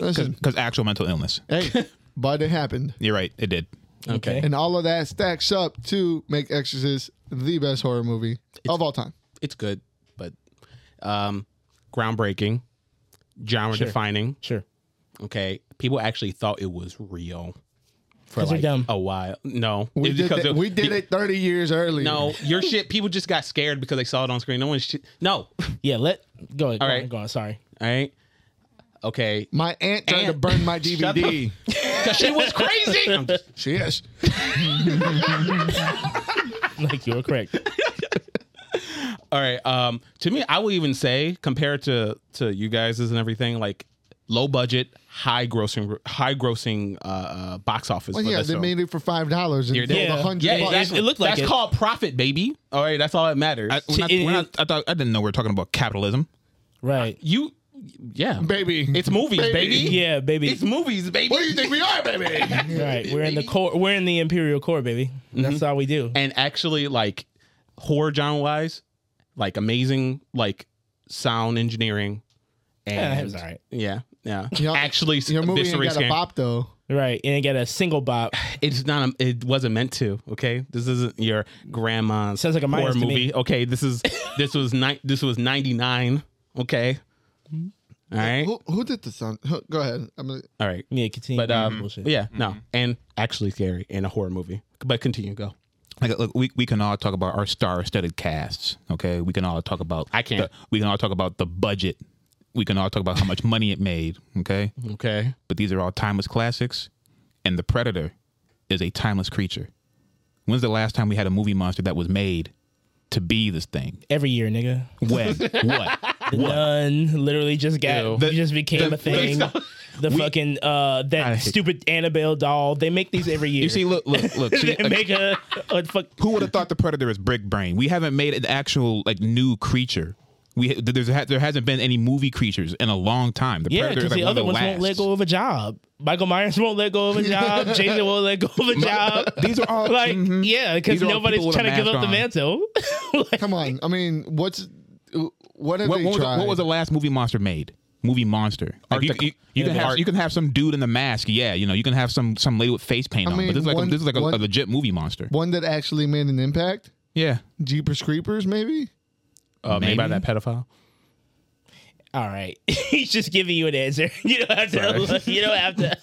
B: Listen,
D: Because actual mental illness.
B: hey, but it happened,
D: You're right. It did.
A: Okay.
B: and all of that stacks up to make Exorcist the best horror movie of all time.
C: It's good, but um groundbreaking, genre defining.
A: Sure.
C: Okay, people actually thought it was real for
A: 'Cause they're
C: like
A: dumb.
C: a while. No,
B: We
C: it's
B: did,
C: because
B: that-
C: it-
B: we did it 30 years earlier.
C: No, your shit. People just got scared because they saw it on screen. No one. Sh- no. All
A: Yeah. Let go. Ahead, go,
C: right.
A: on, go on. Sorry.
C: right. Okay.
B: My aunt tried to
C: Aunt.
B: burn my
C: Shut
B: DVD.
C: Because she was crazy. I'm just-
B: She is.
A: Like you were correct.
C: all right. Um. To me, I would even say compared to to you guys and everything, like low budget, high grossing, high grossing uh, uh box office.
B: Well,
C: for
B: yeah,
C: this
B: they
C: film.
B: made it for five dollars and
C: You're
B: sold
C: dead.
B: a hundred
C: Yeah,
B: bucks.
A: exactly.
C: it looked like that's
A: it.
C: called profit, baby. All right, that's all that matters.
D: I, when I,
A: it-
D: when I, I thought I didn't know we were talking about capitalism.
A: Right.
C: you, yeah,
B: Baby.
C: it's movies, baby.
A: Yeah, baby.
C: it's movies, baby.
B: What do you think we are, baby?
A: right. We're in the core. We're in the imperial core, baby.
B: Mm-hmm.
A: That's all we do.
C: and actually like horror genre wise, like amazing like sound engineering. And
A: Yeah, it was all right.
C: Yeah, yeah.
B: Your-
C: actually,
B: Your movie ain't
C: visceral
B: got a
C: scan-
B: bop though.
A: Right. And it got a single bop.
C: It's not. A, it wasn't meant to. Okay, this isn't your grandma's
A: Sounds like a
C: horror
A: minus to me.
C: movie. Okay, this is this was ni- This was ninety nine. Okay. All right.
B: Who, who did the sound? who- Go ahead. I'm gonna,
C: All right.
A: Yeah. Continue.
C: But um,
A: bullshit.
C: yeah, no, and actually scary in a horror movie. But continue, go.
D: Like, look, we, we can all talk about our star-studded casts. Okay, we can all talk about.
C: I can't.
D: the- we can all talk about the budget. We can all talk about how much money it made. Okay,
C: Okay.
D: but these are all timeless classics, and the Predator is a timeless creature. When's the last time we had a movie monster that was made to be this thing?
A: Every year, nigga.
D: When? what?
A: None. Literally just
C: Ew.
A: got.
D: The-
A: it just became
D: the-
A: a thing. The fucking uh that
D: I-
A: stupid Annabelle doll. They make these every year.
D: You see, look, look, look. See,
A: they make a, a fuck.
D: who would have thought the predator is brick brain? We haven't made an actual like new creature. We there's there hasn't been any movie creatures in a long time. The
A: Yeah,
D: predator
A: because the
D: is like one
A: other
D: of
A: ones won't
D: last.
A: let go of a job. Michael Myers won't let go of a job. Jason won't let go of a job.
D: These are all
A: like,
D: mhm.
A: yeah, because
D: These are all
A: nobody's
D: people with a
A: trying to give
D: mask
A: up the
D: on.
A: mantle. Like,
B: come on. I mean, what's what have
D: What,
B: they
D: what was the,
B: tried?
D: what was the last movie monster made? Movie monster. Like you,
C: Arctic-
D: you- you can have, you can have some dude in the mask. Yeah, you know you can have some some lady with face paint on.
B: mean,
D: But this is like
B: one-
D: a, this is like a,
B: one-
D: a legit movie monster.
B: One that actually made an impact?
D: Yeah.
B: Jeepers Creepers, maybe.
C: Uh, made by
D: Maybe.
C: that pedophile.
A: all right, he's just giving you an answer. You don't have to. You don't have to.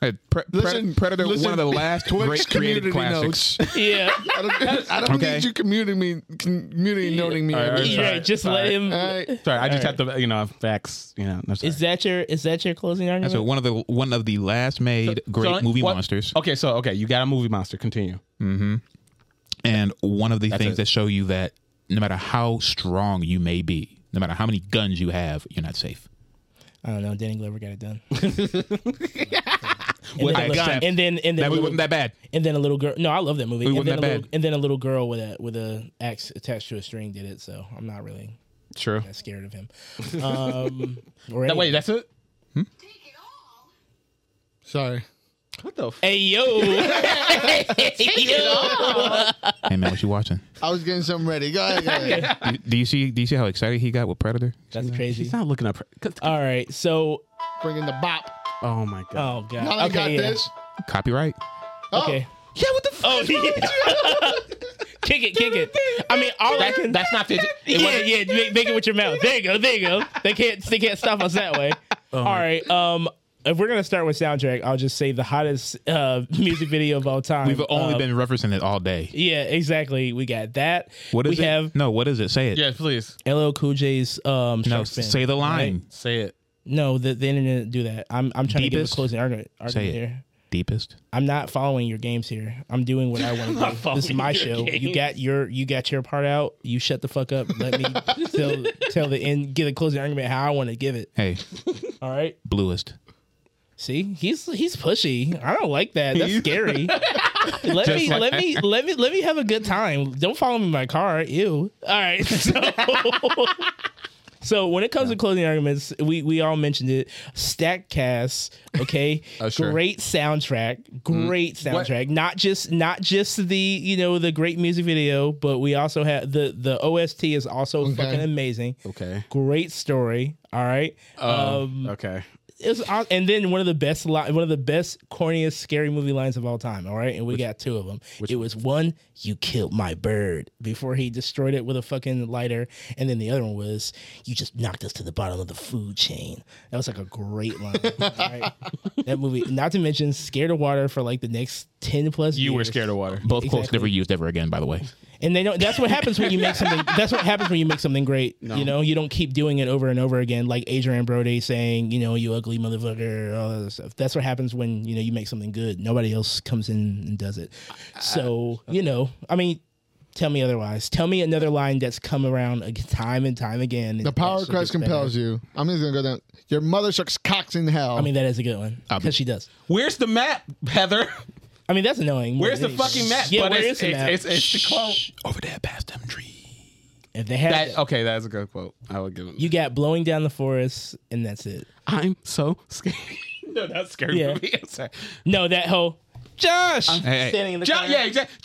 D: Hey, uh, Pre- Pre-
B: Listen-
D: predator,
B: listen,
D: one of the last
B: Twitch
D: great created
B: community
D: classics.
A: Yeah,
B: I don't, I don't
D: Okay.
B: need you commuting me, commuting noting me.
C: All right,
B: every
A: You're
C: sorry,
A: right. Just let
C: sorry.
A: him.
B: time. All right.
C: Sorry, I just have to, you know, facts. You know, that's
A: Is that your? Is that your closing argument?
D: So one of the one of the last made great movie monsters.
C: Okay, so okay, you got a movie monster. Continue.
D: And one of the things
C: it.
D: that show you that no matter how strong you may be, no matter how many guns you have, you're not safe.
A: I don't know. Danny Glover got it done.
D: With
A: and, then a little-
D: guns.
A: and then and then
D: That
A: a
D: movie
A: little-
D: wasn't that bad.
A: and then a little girl. No, I love that movie.
D: It
A: and,
D: wasn't
A: then
D: that
A: a little,
D: bad.
A: and then a little girl with a with a axe attached to a string did it. So I'm not really
C: True.
A: that scared of him. Um, or
C: That, wait,
A: anyone.
C: that's it. Hmm?
E: Take it all.
B: Sorry.
C: What the? F-
A: Hey yo.
D: Hey man, what you watching?
B: I was getting something ready. Go ahead. Go ahead.
D: do, do you see? Do you see how excited he got with Predator?
A: That's crazy.
C: He's not looking up. her-
A: All right. So
B: Bring in the bop.
C: Oh my god.
A: oh
B: Y'all
A: god.
B: ain't
A: Okay.
B: got
A: yeah.
B: this.
D: Copyright.
B: Oh,
A: Okay.
C: Yeah, what the? F-
A: Oh yeah. kick it, kick it. I mean, all I
C: that,
A: can.
C: that's not fidget. It
A: yeah,
C: wasn't-
A: yeah. Make, make it with your mouth. There you go. There you go. They can't. They can't stop us that way.
D: Oh
A: All right. Um, if we're gonna start with soundtrack, I'll just say the hottest uh, music video of all time.
D: We've only
A: Uh,
D: been referencing it all day.
A: Yeah, exactly. We got that.
D: What is
A: we
D: it?
A: have
D: no. What is it? Say it.
C: Yes, please
A: LL Cool J's. Um,
D: no.
A: Shark Fin.
D: Say the line.
C: say it.
A: No, the, the internet didn't do that. I'm I'm trying to give a
D: Deepest?
A: closing argument,
D: Say
A: argument
D: it.
A: here.
D: Deepest.
A: I'm not following your games here. I'm doing what I want to do. This is my show. You got your you got your part out. You shut the fuck up. Let me tell tell the end give the closing argument how I want to give it.
D: Hey,
A: All right.
D: bluest.
A: See, he's he's pushy. I don't like that. That's scary. let me let me let me let me have a good time. Don't follow me in my car. Ew. All right. So, so when it comes to closing arguments, we we all mentioned it. Stack cast. Okay.
C: Oh, sure. Mm.
A: Great soundtrack. Great soundtrack. Not just not just the you know the great music video, but we also have the the OST is also fucking amazing.
C: Okay. Uh,
A: Great story. All right. um
C: Okay.
A: it's on- and then one of the best li- one of the best corniest scary movie lines of all time. All right, and we got two of them. It was one, you killed my bird before he destroyed it with a fucking lighter, and then the other one was, you just knocked us to the bottom of the food chain. That was like a great line. all right? That movie, not to mention, scared of water for like the next ten plus.
C: You were
A: years.
C: scared of water.
D: Both quotes
A: Exactly.
D: never used ever again, by the way.
A: And they don't. That's what happens when you make something. That's what happens when you make something great. You know, you don't keep doing it over and over again, like Adrian Brody saying, you know, you ugly motherfucker, all that other stuff. That's what happens when you know you make something good. Nobody else comes in and does it. So you know, I mean, tell me otherwise. Tell me another line that's come around ag- time and time again.
B: The power of Christ compels you. I'm just gonna go down. Your mother sucks cocks in hell.
A: I mean, that is a good one because she does.
C: Where's the map, Heather?
A: I mean, that's annoying. more
C: Where's
A: than
C: the
A: anything.
C: fucking map?
A: Yeah,
C: but
A: where
C: it's,
A: is the
C: it's,
A: map?
C: It's, it's the quote.
D: Over there, past them trees.
A: if they had,
C: That,
A: that,
C: okay, that's a good quote. I would give him.
A: you got blowing down the forest, and that's it.
C: I'm so scared. no, that's scary
A: Yeah.
C: movie. I'm sorry.
A: No, that whole Josh
D: hey.
A: standing in the
C: Josh,
A: corner.
C: yeah, exactly.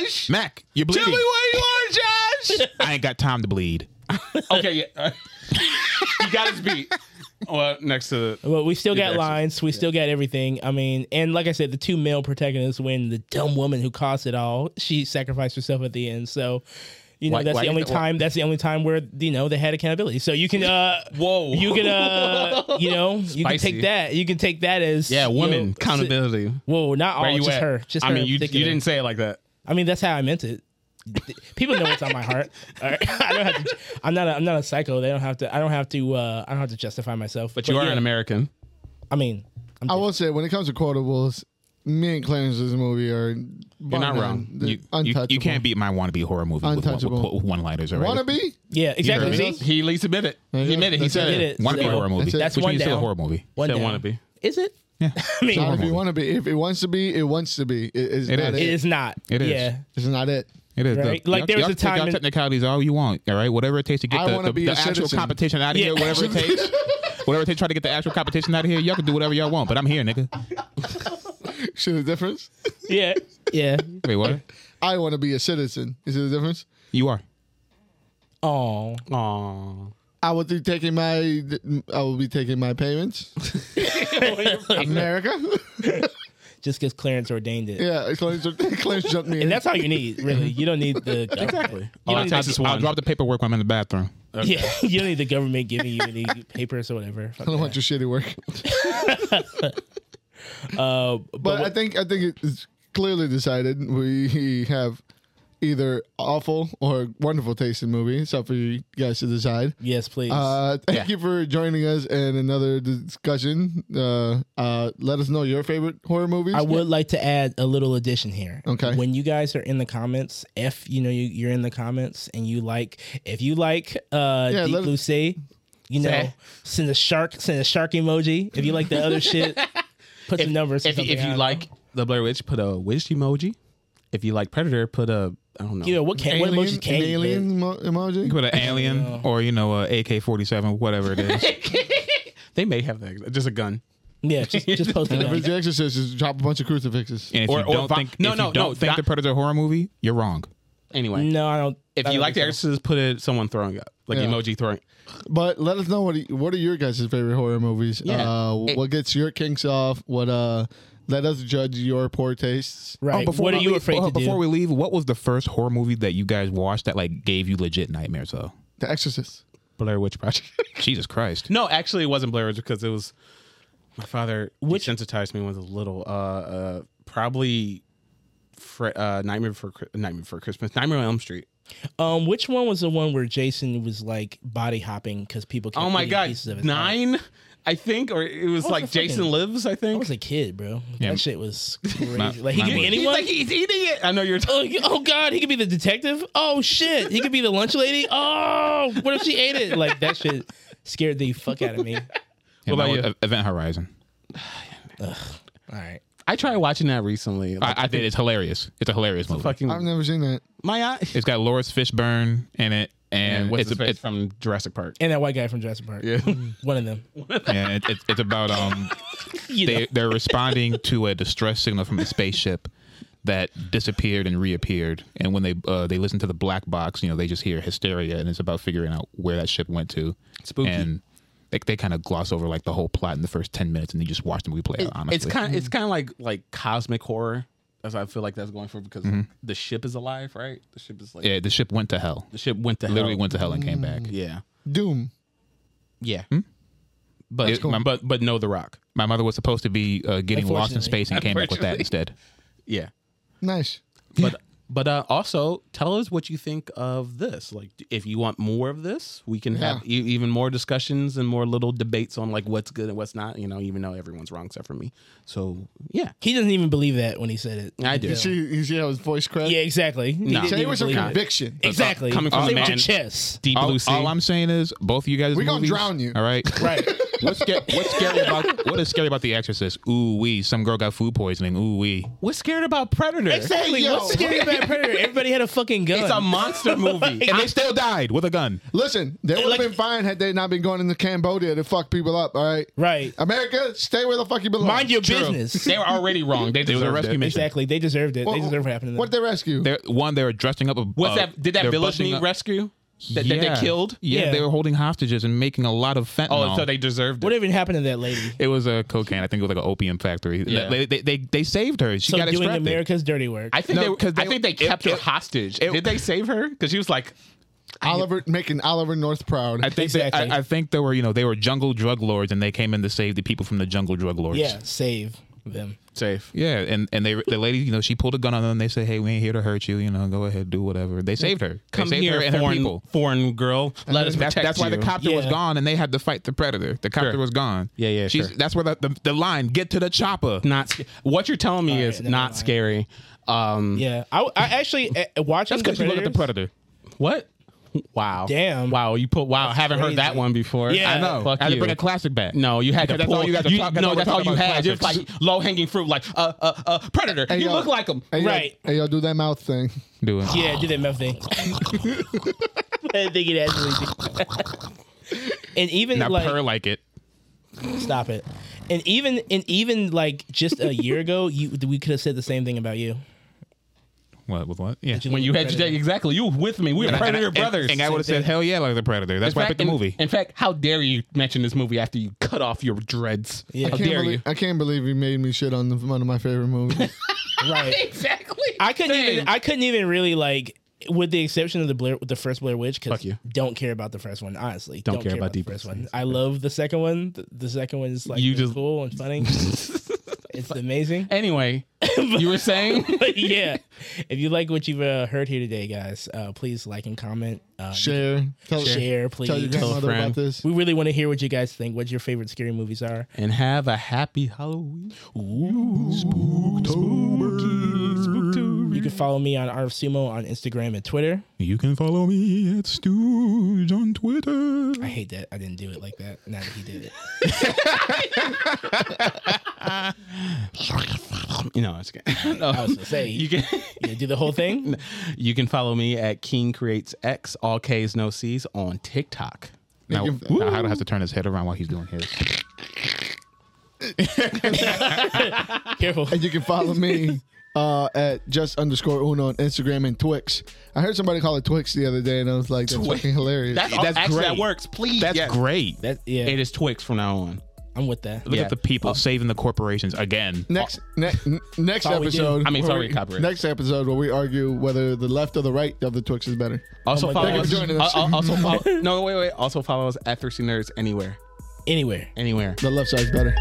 C: Josh,
D: Mac, you're bleeding.
C: tell me what you are, Josh.
D: I ain't got time to bleed.
C: okay, yeah. all right. he got his beat. Well, next to the,
A: But we still got
C: Exactly.
A: lines. We still got everything. I mean, and like I said, the two male protagonists win. The dumb woman who caused it all, she sacrificed herself at the end. So, you know,
C: Why-
A: that's
C: why
A: the
C: is
A: only
C: that- why-
A: time. That's the only time where you know they had accountability. So you can, uh,
C: Whoa.
A: you can, uh, you know, you can
C: Spicy.
A: take that. You can take that as
C: yeah,
A: you
C: women
A: know,
C: accountability.
A: Whoa, not all.
C: Where you
A: Just
C: at?
A: her. Just
C: I
A: her
C: mean,
A: in
C: you, you
A: particular.
C: didn't say it like that.
A: I mean, that's how I meant it. People know what's on my heart. All right. I don't have to. I'm not. A, I'm not a psycho. They don't have to. I don't have to. Uh, I don't have to justify myself.
C: But you are
A: yeah,
C: an American.
A: I mean, I'm
B: I will say when it comes to quotables, me and Clarence's movie are. You're
C: not wrong.
D: You, you, you can't beat my wannabe horror movie with, one-
B: Untouchable.
D: with one liners. All right?
B: Wannabe?
A: Yeah, exactly.
D: heard
A: See?
D: it.
C: He at least admitted. He
B: Yeah,
C: admitted. He
B: that's
C: said
B: it.
A: Did
C: it.
A: it.
D: Wannabe
A: So,
D: horror movie.
A: That's
D: Which
A: one
D: means it's still a
A: down.
D: horror movie.
A: One
C: Said
A: down.
C: wannabe.
A: Is it?
D: Yeah.
A: I mean,
B: Not if
D: Horrible.
B: you want to be. If it wants to be, it wants to be. It is
D: It
B: not
D: is.
A: it
B: it.
A: is not.
D: It is.
A: Yeah.
B: It's not it.
D: It is
A: Right?
D: the,
A: Like,
D: y'all-
A: there was
D: y'all
A: a
D: take y'all
A: time in-
D: technicalities all you want. All right, whatever it takes to get
B: I
D: the,
B: wanna
D: the,
B: be
D: the
B: a
D: actual
B: citizen.
D: competition out of
A: Yeah.
D: here. Whatever it takes, whatever it takes, try to get the actual competition out of here. Y'all can do whatever y'all want, but I'm here, nigga.
B: See the difference?
A: Yeah. Yeah.
D: Wait, what?
B: I want to be a citizen. You see the difference?
D: You are.
A: Oh.
C: Aw.
B: I will be taking my. I will be taking my payments. America.
A: Just because Clarence ordained it.
B: yeah, Clarence, Clarence jumped me.
A: And
B: in.
A: that's all you need, really. You don't need the government.
C: Exactly.
A: You
C: All
A: don't
C: it
A: need
C: takes
A: to-
C: is
D: I'll
C: one.
D: drop the paperwork when I'm in the bathroom.
A: Yeah. You don't need the government giving you any papers or whatever. Fuck
B: I don't
A: that.
B: want your shitty work.
A: Uh, but
B: But I think I think it's clearly decided we have either awful or wonderful taste in movies. It's up for you guys to decide.
A: yes, please.
B: Uh, thank
D: Yeah.
B: you for joining us in another discussion. Uh, uh, let us know your favorite horror movies.
A: I would like to add a little addition here.
B: Okay.
A: When you guys are in the comments, if you know you, you're in the comments and you like, if you like uh,
B: Yeah,
A: Deep
B: let-
A: Blue Sea, you know,
C: Say.
A: send a shark, send a shark emoji. If you like the other shit, put some numbers. or
C: If, you-
A: something,
C: if
A: I
C: you
A: don't
C: like the Blair Witch, put a witch emoji. If you like Predator, put a I don't know.
A: know. you know what can
B: alien,
A: what emoji can
B: an
A: you put?
B: alien mo- emoji.
D: Put an alien or you know a AK-47, whatever it is.
C: they may have that. Just a gun.
A: Yeah, just, just post it.
B: And if
A: down.
B: it's the exorcist, just drop a bunch of crucifixes.
D: And if
C: Or-
D: you
C: or
D: don't
C: vi-
D: think,
C: no,
D: if
C: no,
D: you don't
C: no,
D: think
C: not-
D: the Predator horror movie, you're wrong.
C: Anyway,
A: No, I don't. I
C: if
A: don't
C: you like the
A: think so.
C: Exorcist, put it someone throwing up, like
B: Yeah.
C: emoji throwing.
B: But let us know what what are your guys' favorite horror movies?
C: Yeah.
B: Uh,
C: It-
B: what gets your kinks off? What uh, let us judge your poor tastes.
A: right. what are
D: we
A: you
D: leave-
A: afraid
D: oh,
A: to do?
D: Before we leave, what was the first horror movie that you guys watched that like gave you legit nightmares? Though,
B: The Exorcist.
C: Blair Witch Project.
D: Jesus Christ.
C: no, actually, it wasn't Blair Witch because it was my father desensitized me when I was little. Uh, uh probably Fre- uh, Nightmare Before Chri- Nightmare Before Christmas, Nightmare on Elm Street.
A: um, which one was the one where Jason was like body hopping because people? Kept
C: Oh my
A: eating
C: god,
A: pieces of his heart?
C: nine, I think, or it was
A: was
C: like
A: the fucking-
C: Jason Lives. I
A: I
C: think.
A: was a kid, bro.
D: Yeah.
A: That shit was crazy.
D: My-
A: like he could be
D: mine was.
C: He's
A: anyone.
C: like he's eating it. I know you're.
A: Oh, y- oh God, he could be the detective. Oh shit, he could be the lunch lady. Oh, what if she ate it? Like that shit scared the fuck out of me. All
D: And
C: What about
D: that was
C: you?
D: e-, Event Horizon.
A: right,
C: I tried watching that recently. Like,
D: I, I think it's hilarious. It's a hilarious movie.
C: fucking
B: I've never seen that.
C: my eye.
D: It's got Lawrence Fishburne in it, and,
C: What's
D: it's,
C: his
D: a,
C: face
D: it's
C: from Jurassic Park?
A: and that white guy from Jurassic Park. Yeah, one of them.
D: and it, it's it's about um
A: You know.
D: they they're responding to a distress signal from a spaceship that disappeared and reappeared, and when they uh, they listen to the black box, you know they just hear hysteria, and it's about figuring out where that ship went to.
C: Spooky.
D: And like they kind of gloss over like the whole plot in the first ten minutes, and they just watch the movie play out. Honestly,
C: It's kind of it's kind of like like cosmic horror. That's what I feel like that's going for because the ship is alive, right? The ship is like
D: Mm-hmm. yeah. The ship went to hell.
C: the ship went to
D: Literally
C: hell.
D: went to hell and came back.
C: Yeah,
B: Doom.
C: yeah. But
D: It's cool.
C: but but no, The Rock.
D: My mother was supposed to be uh, getting lost in
A: Unfortunately.
D: space and came up with that instead.
C: Yeah,
B: Nice.
C: but but uh, also tell us what you think of this. Like, if you want more of this, we can have e- even more discussions and more little debates on like what's good and what's not. You know, even though everyone's wrong except for me. So yeah,
A: He doesn't even believe that when he said it.
C: I do.
B: You see, you see how his voice cracked.
A: Yeah, exactly. He
C: Nah.
A: didn't
B: Say it
A: even
B: with some
A: believe it.
B: conviction.
A: Exactly.
C: Coming from
A: Say
C: a
A: it with your
C: Oh, man-
A: chest.
C: Deep
D: All,
C: blue sea.
D: all I'm saying is, both of you guys.
B: We gonna
D: movies,
B: drown you.
D: All right.
A: Right.
D: What's, sca- what's scary about what is scary about The Exorcist? Ooh wee, some girl got food poisoning. Ooh wee.
C: We're scared about Predator.
A: Exactly.
B: Hey, yo.
A: What's scary about Predator? Everybody had a fucking gun.
C: It's a monster movie.
D: And they still died with a gun.
B: Listen, they would have
A: Like-
B: been fine had they not been going into Cambodia to fuck people up. All right.
A: right.
B: America, stay where the fuck you belong.
A: Mind your
C: True.
A: business.
C: They were already wrong. They
D: It was
C: deserved
D: a rescue mission.
A: Exactly. They deserved it.
B: Well,
A: they deserve what happened to them.
B: What they rescue?
D: They're, one, they were dressing up. A,
C: What's
D: uh,
C: that? Did that
D: they're
C: village
D: busting
C: need
D: up-
C: rescue? That, that
D: Yeah.
C: they killed?
D: Yeah,
A: Yeah.
D: they were holding hostages and making a lot of fentanyl.
C: Oh, so they deserved it.
A: What even happened to that lady?
D: It was a cocaine. I think it was like an opium factory.
C: Yeah.
D: They, they, they, they saved her. She
A: So
D: got
A: doing
D: extracted.
A: America's dirty work.
C: I think
D: No,
C: they,
D: 'cause
C: I
D: they-
C: think they
D: it-
C: kept her
D: it-
C: hostage.
D: it-
C: Did they save her? Because she was like,
B: Oliver making Oliver North proud.
D: I think
A: Exactly.
D: they, I, I think they were you know they were jungle drug lords and they came in to save the people from the jungle drug lords.
A: yeah, save them.
C: safe.
D: Yeah, and and they the lady you know she pulled a gun on them. and They said, "Hey, we ain't here to hurt you. You know, go ahead, do whatever." They saved her.
C: Come
D: they saved
C: here,
D: her and her
C: foreign,
D: people.
C: foreign girl. Let us
D: That's,
C: protect
D: that's why the
C: you.
D: copter was
A: Yeah.
D: gone and they had to fight the predator. The copter
C: Sure.
D: was gone.
C: Yeah, yeah,
D: She's,
C: sure.
D: That's where the, the the line get to the chopper.
C: Not sc- what you're telling me
A: All right,
C: is
A: never
C: not
A: mind.
C: scary. Um,
A: Yeah, I, I actually uh, watching
D: That's because
A: the
D: you look at the
A: Predators-
D: predator.
C: What? Wow.
A: Damn.
C: Wow. You put wow. haven't heard that
A: crazy.
C: one before.
A: Yeah. I
D: No,
C: Fuck
D: I had to
C: you.
D: bring a classic back.
C: No, you had
D: Because
C: to
D: that's
C: pull.
D: all you guys are
C: you,
D: talking-
C: no,
D: we're
C: that's all
D: talking
C: you
D: about
C: had. Just like
D: classics.
C: low hanging fruit, like uh uh uh predator.
B: Hey,
C: you
B: yo.
C: look like him.
B: Hey, yo.
A: Right.
B: Hey, yo, do that mouth thing.
D: Doing.
A: Yeah, do that mouth thing. I think it actually. did. and even
D: Not
A: like
D: purr like it.
A: stop it. And even and even like just a year ago, you we could have said the same thing about you.
D: What with what? Yeah.
C: When you had your day, exactly. You were with me. We were
D: And I-
C: predator
D: and-
C: brothers.
D: And I would have
A: Same
D: said,
A: thing.
D: hell yeah, like the Predator. That's
C: In
D: why I
C: fact-
D: picked the
C: in-
D: movie.
C: In fact, how dare you mention this movie after you cut off your dreads?
A: Yeah.
C: How
B: Can't
C: dare you?
B: believe, I can't believe you made me shit on the, one of my favorite movies.
A: Right.
C: Exactly.
A: I couldn't even.
C: Same.
A: I couldn't even really like. With the exception of the Blair, the first Blair Witch,
C: Fuck
A: because
C: you.
A: don't care about the first one, honestly.
C: Don't care about
A: the
C: Deep
A: first
C: Blue
A: one. I love the second one. The, the second one is like
C: You
A: it's
C: just-
A: cool and funny. it's amazing.
C: Anyway, you were saying
A: But yeah, if you like what you've uh, heard here today, guys, uh, please like and comment, uh,
B: Share, tell,
A: share, please.
B: tell your grandmother
C: friend.
B: about this.
A: we really want to hear what you guys think. What your favorite scary movies are?
C: and have a happy Halloween.
A: You can follow me on Arf Sumo on Instagram and Twitter.
D: You can follow me at Stooge on Twitter.
A: I hate that I didn't do it like that. Now that he did it,
C: You know, it's good. no,
A: I was gonna say you
C: you can
A: can do the whole thing.
C: you can follow me at King Creates X, all K's no C's on TikTok.
D: Now,
B: You
D: now Hado has to turn his head around while he's doing his.
A: Careful.
B: And you can follow me uh, at just underscore uno on Instagram and Twix. I heard somebody call it Twix the other day, and I was like, that's fucking hilarious.
C: That's,
D: That's
C: actually
D: great.
C: that works. Please,
D: That's
C: yes.
D: great.
A: That yeah,
C: It is Twix from now on.
A: I'm with that.
D: Look
C: Yeah.
D: at the people saving the corporations again.
B: next ne- n- next
A: Oh. all we do.
B: episode.
C: I mean,
B: where
C: sorry,
B: we-
C: copyright.
B: Next episode where we argue whether the left or the right of the Twix is better.
C: Also
A: my
C: follow
A: God.
B: Thank
C: us.
B: you for joining us.
C: uh, uh, also follow. No, wait, wait. Also follow us at Thirsty Nerds anywhere,
A: Anywhere.
C: anywhere.
B: The left side's better.